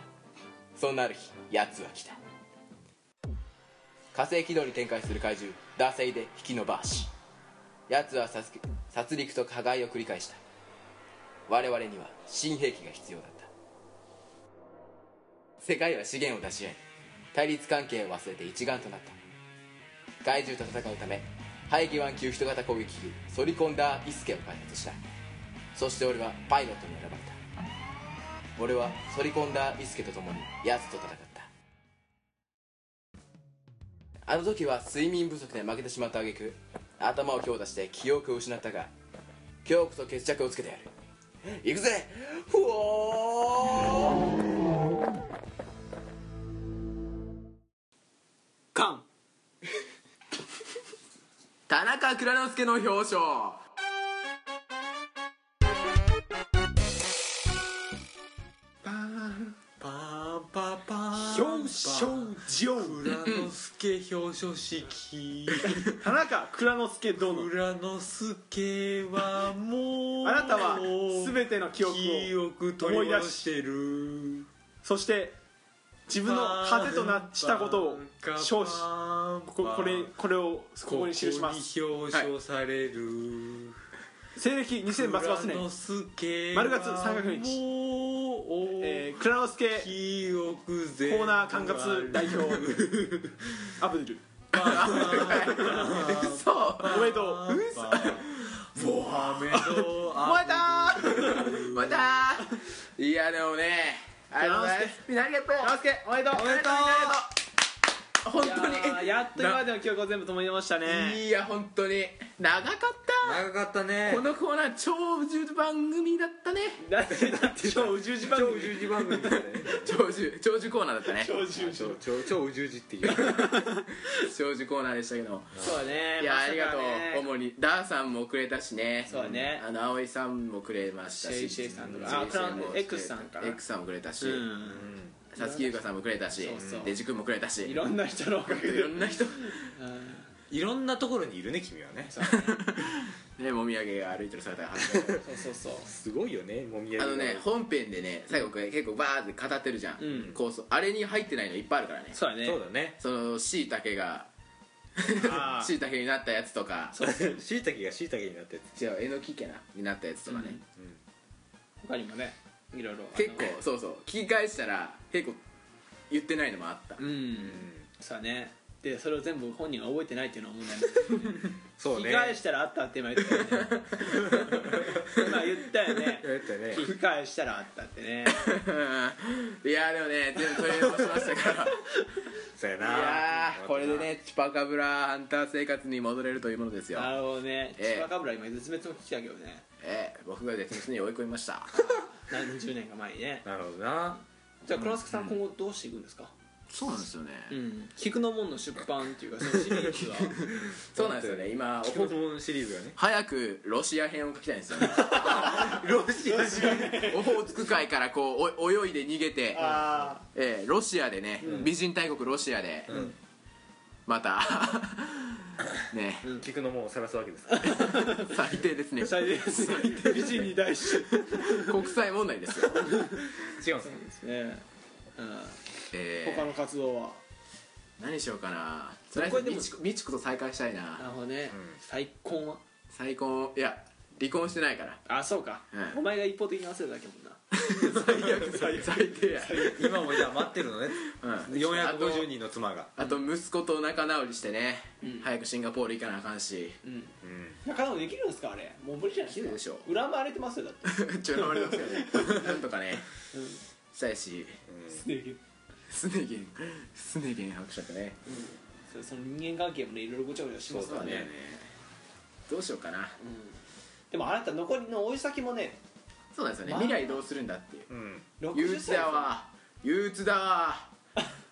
Speaker 1: そんなある日奴は来た火星軌道に展開する怪獣惰性で引き延ばし奴は殺戮殺戮と加害を繰り返した我々には新兵器が必要だった
Speaker 7: 世界は資源を出し合い対立関係を忘れて一丸となった害獣と戦うため排気湾級人型攻撃機ソリコンダー・イスケを開発したそして俺はパイロットに選ばれた俺はソリコンダー・イスケと共にヤツと戦ったあの時は睡眠不足で負けてしまった挙句頭を強打して記憶を失ったが今日こそ決着をつけてやる行くぜふおー
Speaker 2: カン
Speaker 1: 田中蔵之介の表彰
Speaker 2: パーンパーパーン
Speaker 3: 表彰状
Speaker 2: 蔵之介 表彰式
Speaker 3: 田中蔵之介殿
Speaker 2: 蔵之介はもう
Speaker 3: あなたは全ての記憶
Speaker 2: 記
Speaker 3: を
Speaker 2: 憶取り戻してる
Speaker 3: そして自分の糧となしたことを称しここれこれをここに記します
Speaker 2: ここに表彰される
Speaker 3: 西暦2000バツバツ年
Speaker 2: 蔵之介は
Speaker 3: 丸月三角日
Speaker 2: もう
Speaker 3: えー、蔵之介
Speaker 2: 記憶
Speaker 3: コ
Speaker 2: ゼ
Speaker 3: ーナー管轄代表アブドゥル おめでとう燃えたー
Speaker 1: またーいやでもねありがとうございますみんなありがとう
Speaker 3: 蔵之介おめでとうおめで
Speaker 1: ありが
Speaker 3: と
Speaker 1: とう本
Speaker 3: いや
Speaker 1: 当
Speaker 3: ー
Speaker 1: に
Speaker 3: やっと今までの記憶を全部止めましたね
Speaker 1: いや本当に長かった
Speaker 8: 長かったね
Speaker 1: このコーナー超重番組だったね
Speaker 3: だってだって超宇宙時番
Speaker 8: 超
Speaker 3: 組
Speaker 8: 宇宙時番組だね
Speaker 1: 長寿長寿コーナーだったね
Speaker 3: 超宇宙時
Speaker 8: 超超宇宙時っていう
Speaker 1: 長寿コーナーでしたけど
Speaker 2: そうだね
Speaker 1: いや
Speaker 2: ま
Speaker 1: あ
Speaker 2: さか
Speaker 1: り
Speaker 2: ね
Speaker 1: がとう主にダーさんもくれたしね
Speaker 2: そうだね
Speaker 1: あの葵さんもくれました
Speaker 2: シェ
Speaker 1: し
Speaker 2: イシェイさんとか
Speaker 1: シェイシェイ
Speaker 2: あクラウン
Speaker 1: も
Speaker 2: X さんかな
Speaker 1: X さんもくれたし
Speaker 2: うん
Speaker 1: さつきゆうかさんもくれたし
Speaker 2: そうそう
Speaker 1: デジ君もくれたし
Speaker 2: い
Speaker 1: い
Speaker 2: ろんな人のおかげで
Speaker 1: ろんな人
Speaker 8: いろんなところにいるね君はね
Speaker 1: ねもみあげが歩いてる姿が
Speaker 2: そうそうそう
Speaker 8: すごいよねもみあげ
Speaker 1: あ
Speaker 8: が
Speaker 1: のね本編でね最後これ結構バーって語ってるじゃん、
Speaker 2: うん
Speaker 1: 構想あれに入ってないのいっぱいあるからね
Speaker 2: そうだね
Speaker 8: そうだね
Speaker 1: そのしいたけが
Speaker 3: あー
Speaker 1: しいたけになったやつとか
Speaker 8: しいたけがしいたけになってる
Speaker 1: 違うえのき家なになったやつとかね、
Speaker 2: 他にもねいろいろ
Speaker 1: 結構そうそう聞き返したら結構言ってないのもあった、
Speaker 2: うんそうだねでそれを全部本人が覚えてないっていうのは問題
Speaker 8: そう
Speaker 2: 聞
Speaker 8: ね
Speaker 2: き返したらあったって今言ったよね今言ったよね
Speaker 8: やったよね
Speaker 2: 聞き返したらあったってね
Speaker 1: いやーでもね全部取り戻しました から
Speaker 8: そうやない
Speaker 1: やーこれでねチュパカブラハンター生活に戻れるというものですよ
Speaker 2: なるほどね
Speaker 1: ええ
Speaker 2: 千葉かぶら今絶滅も聞きたけどね
Speaker 1: ええ僕が絶滅に追い込みました
Speaker 2: 何十年か前にね
Speaker 8: なるほどな
Speaker 2: じゃあ黒助さん今後どうしていくんですか
Speaker 1: そうなんですよね、
Speaker 2: うん菊の門の出版っていうかそのシリーズは
Speaker 1: そうなんですよね今
Speaker 8: ポケモンシリーズがね
Speaker 1: 早くロシア編を書きたいんですよね
Speaker 8: ロシア
Speaker 1: オホーツク海からこうお泳いで逃げて、
Speaker 3: あ
Speaker 1: ええロシアでね、美人大国ロシアで、また ね
Speaker 8: 菊の門を探すわけですから
Speaker 1: 最低ですね
Speaker 2: 最低ですね
Speaker 3: 美人に対して
Speaker 1: 国際問題ですよ、
Speaker 8: 違うんですか
Speaker 2: うん
Speaker 1: ええ
Speaker 2: 他の活動は
Speaker 1: 何しようかなとりあえ
Speaker 2: こ
Speaker 1: ず
Speaker 2: れでも
Speaker 1: みちこみちこと再会したい
Speaker 2: なる
Speaker 1: な
Speaker 2: ほどね再婚は
Speaker 1: 再婚いや離婚してないから
Speaker 2: あそうか
Speaker 1: ええ
Speaker 2: お前が一方的に忘れただけやもんな
Speaker 1: 最悪最低や、
Speaker 8: 今もじゃあ待ってるのね
Speaker 1: うん、
Speaker 8: 450人の妻が
Speaker 1: あと息子と仲直りしてね、早くシンガポール行かなあかんし
Speaker 2: 仲直りできるんですかあれもう無理じゃない
Speaker 1: できるでしょ
Speaker 2: う恨まれてますよだって
Speaker 1: ちょっと待ってますよねなんとかね、したいしすね毛すね毛伯爵ね
Speaker 2: そその人間関係もねいろいろごちゃごちゃしますからね
Speaker 1: ねどうしようかな
Speaker 2: でもあなた残りの追い先もね
Speaker 1: そうなんですよね、
Speaker 2: まあ
Speaker 1: 未来どうするんだっていう
Speaker 8: うん
Speaker 1: 憂
Speaker 2: 60
Speaker 1: 鬱
Speaker 2: 歳
Speaker 1: だわ憂鬱だわ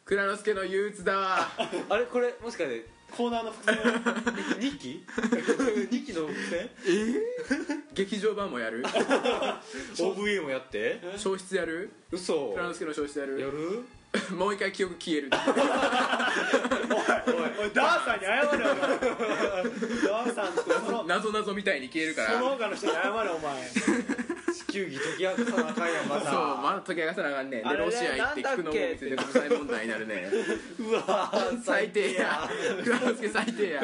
Speaker 1: 蔵之介の憂鬱だわ
Speaker 8: あれこれもしかして
Speaker 2: コーナーの伏線を
Speaker 8: 2期 ?2 期の伏線
Speaker 1: 劇場版もやる
Speaker 8: OVA もやって
Speaker 1: 消失やる
Speaker 8: 嘘
Speaker 1: 蔵之介の消失や
Speaker 8: や
Speaker 1: る
Speaker 8: る
Speaker 1: もう一回記憶消える
Speaker 3: おいダーさんに謝れお前ダーさんと その
Speaker 1: 謎謎みたいに消えるから
Speaker 3: その
Speaker 1: そう
Speaker 3: 他の人に謝れお前
Speaker 8: 地球儀解き明かさなあかんやんま
Speaker 1: まだ解き明かさなあかんねん
Speaker 2: あ
Speaker 1: で
Speaker 2: れね
Speaker 1: ロシア行って
Speaker 2: な
Speaker 1: 聞
Speaker 2: んだ
Speaker 1: く
Speaker 2: っ
Speaker 1: のも
Speaker 2: け
Speaker 1: 見せて国際問題になる ね
Speaker 8: うわー
Speaker 1: 最低や蔵之介最低や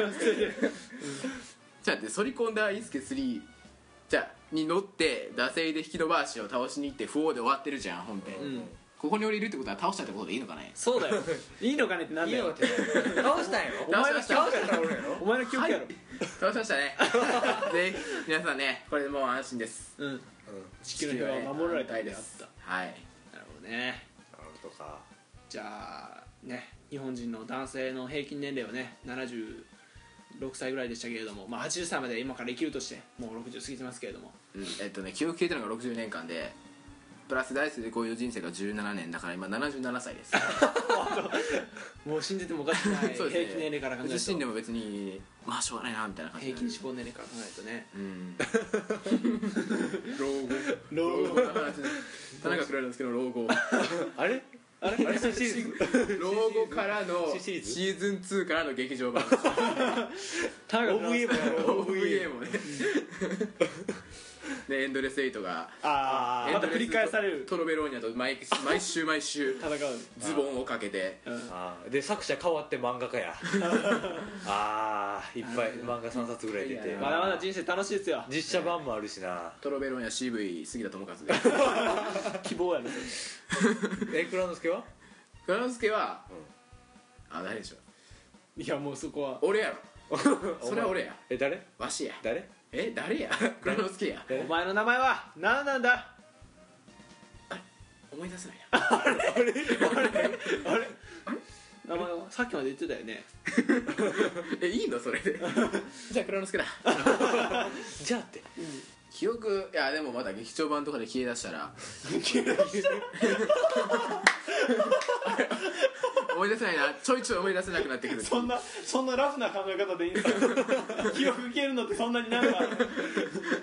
Speaker 1: じゃあで反り込んだ伊助3じゃあに乗って惰性で引き延ばしを倒しに行って不王で終わってるじゃん本編、
Speaker 7: ここに降りるってことは倒したってことでいいのかね
Speaker 2: そうだよ いいのかねってなんだ
Speaker 9: いいのっ
Speaker 2: よ
Speaker 9: て倒したんやろ
Speaker 2: お前の記憶
Speaker 9: 倒したんやろ
Speaker 2: お前の記憶やろ、
Speaker 1: 倒しました ねぜひ皆さんねこれでもう安心です
Speaker 2: うん地球の平和を守られたいであった
Speaker 1: はい
Speaker 2: なるほどね
Speaker 8: とか
Speaker 2: じゃあね日本人の男性の平均年齢はね76歳ぐらいでしたけれども、まあ、80歳まで今から生きるとしてもう60過ぎてますけれども
Speaker 1: うんえっとね記憶消えたのが60年間でプラスダイスでこういう人生が17年だから今77歳です
Speaker 2: もう死んでてもおかしくない、
Speaker 1: そう
Speaker 2: 平
Speaker 1: ですね
Speaker 2: 均年齢から考える
Speaker 1: 自
Speaker 2: と
Speaker 1: 身でも別にまあしょうがないなみたいな感じ
Speaker 2: 平均志向年齢から考えるとね
Speaker 1: う ん、老後老後の話です田中くらいなんですけど 老後
Speaker 2: あれあれシリ ーズ
Speaker 1: 老後からの
Speaker 2: 新シ
Speaker 1: シ
Speaker 2: リーズ
Speaker 1: ーズン2からの劇場版
Speaker 2: ターガ
Speaker 9: OVA もやろう
Speaker 1: OVA もねでエンドレス8が
Speaker 2: あ
Speaker 1: エ
Speaker 2: ま
Speaker 1: ンド
Speaker 2: た
Speaker 1: レス
Speaker 2: 繰り返される
Speaker 1: トロベローニャと毎毎週毎週
Speaker 2: 戦う
Speaker 1: ズボンをかけて
Speaker 8: あーで作者変わって漫画家 やあーいっぱい漫画3冊ぐらい出て
Speaker 2: まだまだ人生楽しいですよ
Speaker 8: 実写版もあるしな
Speaker 1: トロベローニャ CV 杉田智和 で
Speaker 2: 希望やね
Speaker 8: え倉之助は
Speaker 1: 蔵之介は、あ誰でしょう
Speaker 2: いやもうそこは
Speaker 1: 俺やろそれは俺や
Speaker 8: え誰
Speaker 1: わしや
Speaker 8: 誰
Speaker 1: え誰 や蔵之介や
Speaker 2: お前の名前は何なんだ
Speaker 1: 思い出せない や
Speaker 2: 名前はさっきまで言ってたよね
Speaker 1: えいいのそれ でじゃあ蔵之介だ
Speaker 8: じゃあって
Speaker 1: 記憶いやでもまだ劇場版とかで消え出したら思い出せないなちょいちょい思い出せなくなってくる
Speaker 2: そんなそんなラフな考え方でいいんですか記憶消えるのってそんなになんか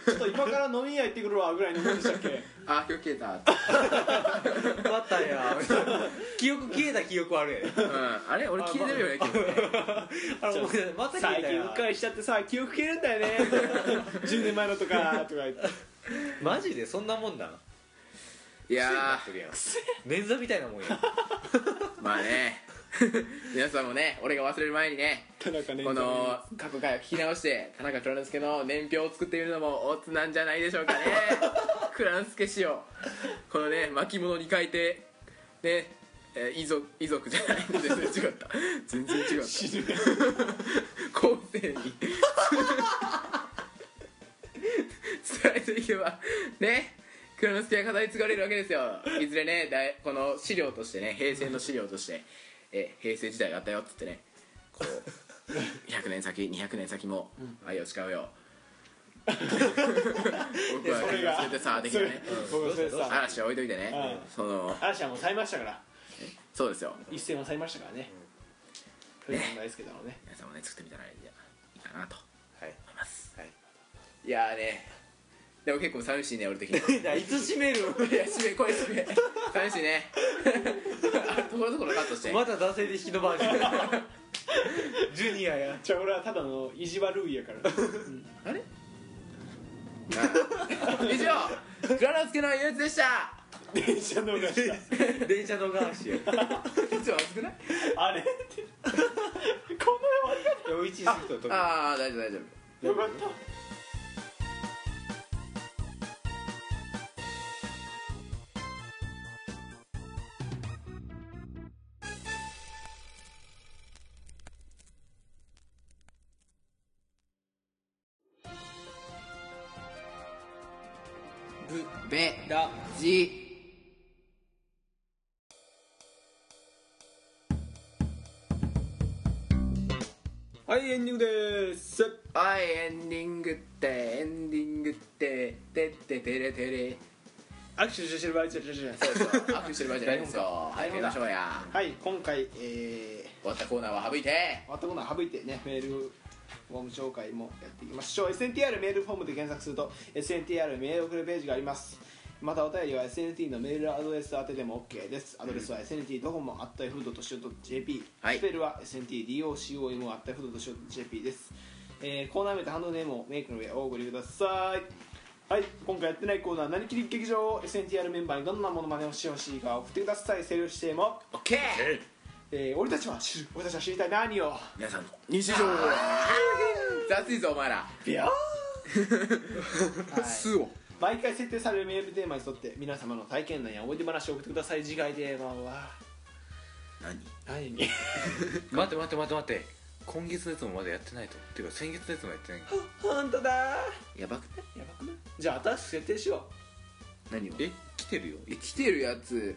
Speaker 2: ちょっと今から飲み屋行ってくるわぐらいのもんでしたっけ
Speaker 1: あ記憶消えた
Speaker 8: またや 記憶消えた記憶あるやん
Speaker 1: うんあれ俺消えてるよね記憶
Speaker 8: あれ思い出せまた消えた
Speaker 2: 最近
Speaker 8: や
Speaker 2: うっ
Speaker 8: ん
Speaker 2: かりしちゃってさ記憶消えるんだよね10年前のとかとか言って
Speaker 8: マジでそんなもんなん
Speaker 1: いや
Speaker 8: そりゃ捻挫みたいなもんや
Speaker 1: ーまあね 皆さんもね俺が忘れる前にね
Speaker 2: 田中ね
Speaker 1: この過去回を聞き直 して田中蔵之介の年表を作ってみるのもオツなんじゃないでしょう かね蔵之介氏をこのね巻物に書いてねえー遺族遺族じゃない全然違った全然違った後世に 伝えていけばね蔵之介が語り継がれるわけですよいずれねだいこの資料としてね平成の資料として、え平成時代があったよっつってねこう100年先200年先も愛を誓 うよ僕は君を連れてさできるね
Speaker 2: 僕はそれでさ
Speaker 1: 嵐は置いといてねその
Speaker 2: 嵐はもう去りましたから
Speaker 1: そうですよ
Speaker 2: 一戦は去りましたからね古谷さん大好きだろうね
Speaker 1: 皆さんもね作ってみたらいいかなと
Speaker 8: はい
Speaker 1: 思います
Speaker 8: はい
Speaker 1: いやーねでも結構寂しいね俺 的にい
Speaker 8: いつ閉める
Speaker 1: や締め声締め寂しいねあところどころカットして
Speaker 8: まだ男性で引き伸ばんし ジュニアや
Speaker 2: じゃあ俺はただの意地悪いやから
Speaker 1: あれ以上蔵之介の憂鬱でした
Speaker 2: 電車のがした
Speaker 8: 電車のガーシーや
Speaker 1: いつも熱くない
Speaker 2: あれってこの終わ
Speaker 8: 4 1過ぎと時
Speaker 1: ああ大丈夫大丈夫
Speaker 2: りよかった
Speaker 1: ベラジ
Speaker 2: はいエンディングでーす
Speaker 1: はいエンディングってエンディングっててっててれてれ
Speaker 2: 握手してる場合じゃないじゃない
Speaker 1: そうそうアップしてる場合じゃないですよ早くやりましょうや
Speaker 2: はい今回えー
Speaker 1: 終わったコーナーは省いて
Speaker 2: またものは省いてねメールフォーム紹介もやっていきましょう SNTR メールフォームで検索すると SNTR メール送るページがありますまたお便りは SNT のメールアドレス宛てでも OK ですアドレスは SNT ドコモアット F.CO.JP
Speaker 1: はい
Speaker 2: スペルは SNTDOCOM アット F.CO.JP です、えーコーナー名とハンドネームをメイクの上お送りくださいはい今回やってないコーナー「なりきり劇場」SNTR メンバーにどんなものまねをしてほしいか送ってくださいセルフしても、
Speaker 1: OK
Speaker 2: えー俺たちは知る俺たちは知りたい何を
Speaker 1: 皆さんの日常を雑いぞお前ら
Speaker 2: ビャー
Speaker 1: 素を
Speaker 2: 毎回設定されるメールテーマに沿って皆様の体験談や思い出話を送ってください次回テーマは
Speaker 10: 何
Speaker 2: 何に
Speaker 3: 待って待って待って待って今月のやつもまだやってないとっていうか先月のやつもやってない
Speaker 2: 本当だ
Speaker 3: やばくない
Speaker 2: やばくないじゃあ新しく設定しよう
Speaker 10: 何を
Speaker 3: え来てるよ
Speaker 1: え来てるやつ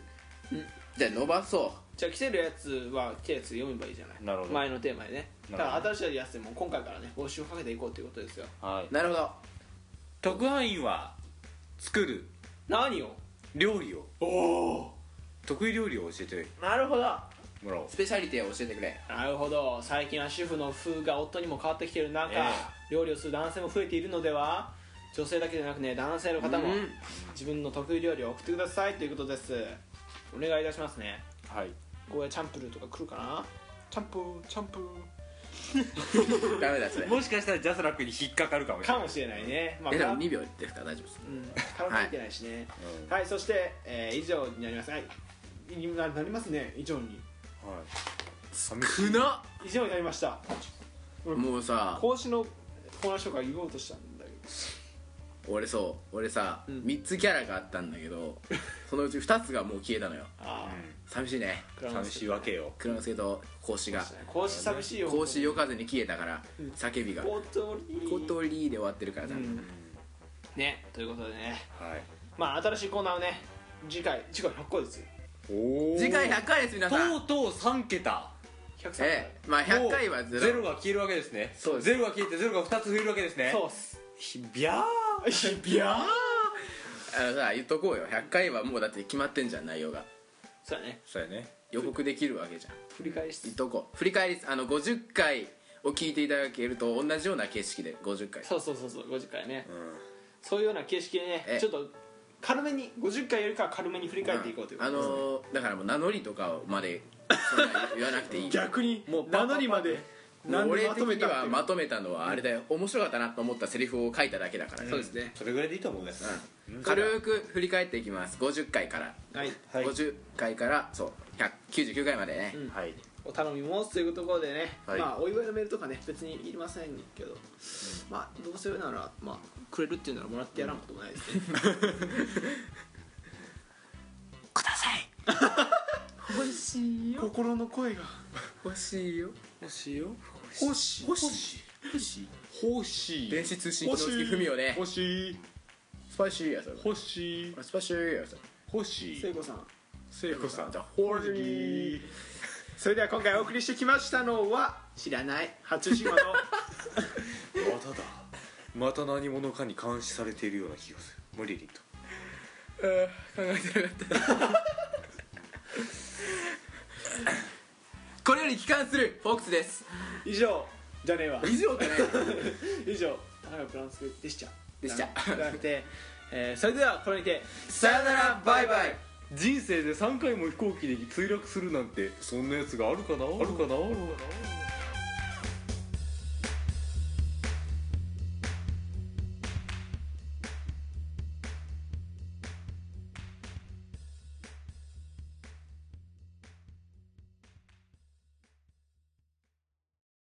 Speaker 1: んじゃあ伸ばそ
Speaker 2: じゃあ来てるやつは来てるやつ読めばいいじゃない
Speaker 3: なるほど
Speaker 2: 前のテーマでねだ
Speaker 3: な
Speaker 2: か
Speaker 3: るほど
Speaker 2: ら新しいやつでも今回からね募集をかけていこうということですよ
Speaker 3: はいう
Speaker 1: なるほど
Speaker 3: 特派員は作る
Speaker 2: 何を
Speaker 3: 料理を得意料理を教えて
Speaker 2: なるほど
Speaker 3: もらおう
Speaker 1: スペシャリティを教えてくれ
Speaker 2: なるほど最近は主婦の夫が夫にも変わってきている中、
Speaker 3: え
Speaker 2: 料理をする男性も増えているのでは女性だけでなくね男性の方も
Speaker 1: うん
Speaker 2: 自分の得意料理を送ってくださいということですお願いいたしますね
Speaker 3: はい
Speaker 2: ここへチャンプルーとか来るかなチャンプーチャンプー
Speaker 1: ダメだそれ
Speaker 3: もしかしたらジャスラックに引っかかるかもしれ
Speaker 2: か
Speaker 3: ない
Speaker 2: もしれないねまあ
Speaker 1: えでも
Speaker 2: か
Speaker 1: 2秒ですから大丈夫です
Speaker 2: うん、カラオケ行ってないしねはい、そして、えー以上になりますはいいななりますね以上に
Speaker 3: はい寂し
Speaker 1: く
Speaker 3: い
Speaker 1: な
Speaker 2: 以上になりました
Speaker 1: っもうさ
Speaker 2: 講師のコーナー紹介言おうとしたんだけど
Speaker 1: 俺そう俺さ、
Speaker 2: ん
Speaker 1: 3つキャラがあったんだけどそのうち2つがもう消えたのよ
Speaker 2: ああ、
Speaker 1: 寂しいね
Speaker 2: クラマ
Speaker 3: 寂
Speaker 2: ス
Speaker 3: しいわけよ
Speaker 1: 黒之助と孔子が
Speaker 2: 講師寂しいよ
Speaker 1: 孔子夜風に消えたから叫びが「
Speaker 2: おっと
Speaker 1: コトリー」で終わってるからさ、
Speaker 2: んねということでね
Speaker 3: はい
Speaker 2: まあ新しいコーナーをね次回次回100個ですよ
Speaker 3: おー
Speaker 1: 次回100回です皆さん
Speaker 3: とうとう3桁
Speaker 2: 103回、
Speaker 1: ええまあ100回は
Speaker 3: ゼ
Speaker 1: ゼ
Speaker 3: ロ
Speaker 1: ロ
Speaker 3: が消えるわけですね
Speaker 1: そうです
Speaker 3: ゼロが消えてゼロが2つ増えるわけですね
Speaker 2: そうっす
Speaker 3: ひびゃ ー
Speaker 1: いやーあのさ言っとこうよ100回はもうだって決まってんじゃん内容が
Speaker 2: そうだね
Speaker 3: そうやね
Speaker 1: 予告できるわけじゃん
Speaker 2: 振り返し
Speaker 1: 言っ
Speaker 2: つ
Speaker 1: とこう振り返りあの50回を聞いていただけると同じような形式で50回
Speaker 2: そうそうそうそう50回ね、そういうような形式でね
Speaker 1: ええ
Speaker 2: ちょっと軽めに50回よりかは軽めに振り返っていこうというこ
Speaker 1: あ
Speaker 2: とです、
Speaker 1: のーだからもう名乗りとかまでそんな言わなくていい
Speaker 2: 逆にもう名乗りまで
Speaker 1: もう
Speaker 2: 何
Speaker 1: 俺
Speaker 2: で
Speaker 1: 的
Speaker 2: って
Speaker 1: に
Speaker 2: いう
Speaker 1: はまとめたのはあれだよ面白かったなと思ったセリフを書いただけだからね
Speaker 2: そうですね
Speaker 3: それぐらいでいいと思うです
Speaker 1: うん軽く振り返っていきます50回から、
Speaker 2: はい
Speaker 1: 50回からそう199回までね、
Speaker 3: はい
Speaker 2: お頼み申すというところでね、
Speaker 3: はい
Speaker 2: まあお祝いのメールとかね別にいりませんけど、まあどうせならまあくれるっていうならもらってやらんこともないですね、心の声が
Speaker 1: 欲しいよ
Speaker 3: 欲しいよ
Speaker 2: 欲しい
Speaker 3: 欲しい欲しい
Speaker 1: 電子通信機能付き文をね
Speaker 3: 欲しい
Speaker 1: スパイシーやそれ
Speaker 3: 欲しい
Speaker 1: スパイシーやそれ
Speaker 3: 欲し
Speaker 2: 聖
Speaker 3: い
Speaker 2: 子さん
Speaker 3: 聖子さん
Speaker 1: じゃあ
Speaker 2: それでは今回お送りしてきましたのは知らない八島の
Speaker 3: まただまた何者かに監視されているような気がする無理リンと
Speaker 1: これより帰還するフォークスです
Speaker 2: 以上 じゃねえわ
Speaker 1: 以上だね
Speaker 2: 以上田中プランスでしちゃ
Speaker 1: でした
Speaker 2: じゃなくて、えーそれではこれにて
Speaker 1: さよならバイバイ
Speaker 3: 人生で3回も飛行機で墜落するなんてそんなやつがあるかなあるかな